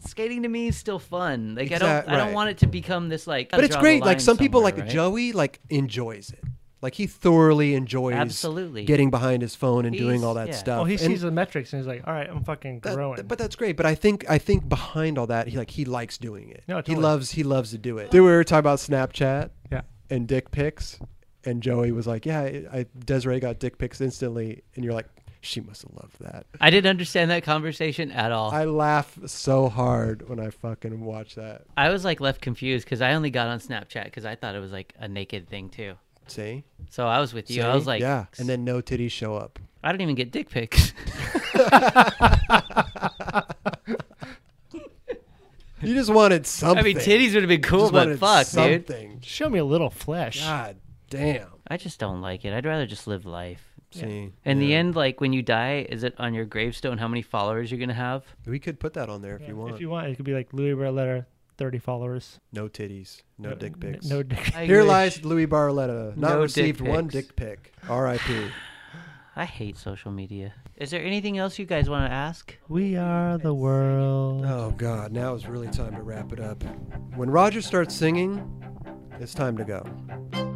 Speaker 3: Skating to me is still fun. Like I
Speaker 1: Exact-
Speaker 3: don't, I don't
Speaker 1: right.
Speaker 3: want it to become this like.
Speaker 1: but it's
Speaker 3: draw the
Speaker 1: great. Like
Speaker 3: line
Speaker 1: some people,
Speaker 3: somewhere,
Speaker 1: like
Speaker 3: right?
Speaker 1: Joey, like enjoys it. Like he thoroughly enjoys
Speaker 3: Absolutely.
Speaker 1: getting behind his phone and doing
Speaker 3: He's-
Speaker 1: all that
Speaker 3: yeah.
Speaker 1: stuff.
Speaker 2: Well, he
Speaker 1: And
Speaker 2: sees the metrics and he's like, "All right, I'm fucking
Speaker 1: that-
Speaker 2: growing."
Speaker 1: but that's great. But I think I think behind all that, he like he likes doing it.
Speaker 2: No,
Speaker 1: He
Speaker 2: totally.
Speaker 1: loves he loves to do it. Dude, we were talking about Snapchat
Speaker 2: yeah.
Speaker 1: and dick pics, and Joey was like, "Yeah, I, I Desiree got dick pics instantly," and you're like, "She must have loved that."
Speaker 3: I didn't understand that conversation at all. I,
Speaker 1: I laugh so hard when I fucking watch that.
Speaker 3: was like left confused because I only got on Snapchat because I thought it was like a naked thing too.
Speaker 1: See,
Speaker 3: So I was with you. I was
Speaker 1: See?
Speaker 3: like,
Speaker 1: yeah, and then no titties show up.
Speaker 3: I don't even get dick pics.
Speaker 1: You just wanted something.
Speaker 3: I mean, titties would have been cool, but fuck, dude.
Speaker 2: Show me a little flesh.
Speaker 1: God damn.
Speaker 3: I just don't like it. I'd rather just live life.
Speaker 1: See,
Speaker 3: In the end, like when you die, is it on your gravestone how many followers you're gonna have?
Speaker 1: we could put that on there if you want.
Speaker 2: If you want, it could be like Louis Barletta, 30 followers.
Speaker 1: No titties, no dick
Speaker 2: N-
Speaker 1: pics.
Speaker 2: No dick.
Speaker 3: I
Speaker 1: Here
Speaker 3: wish-
Speaker 1: lies Louis Barletta. Not
Speaker 3: No dick
Speaker 1: received one
Speaker 3: pics.
Speaker 1: dick pic. R.I.P.
Speaker 3: I hate social media. Is there anything else you guys want to ask?
Speaker 2: We are the world.
Speaker 1: Oh God, now is really time to wrap it up. When Roger starts singing, it's time to go.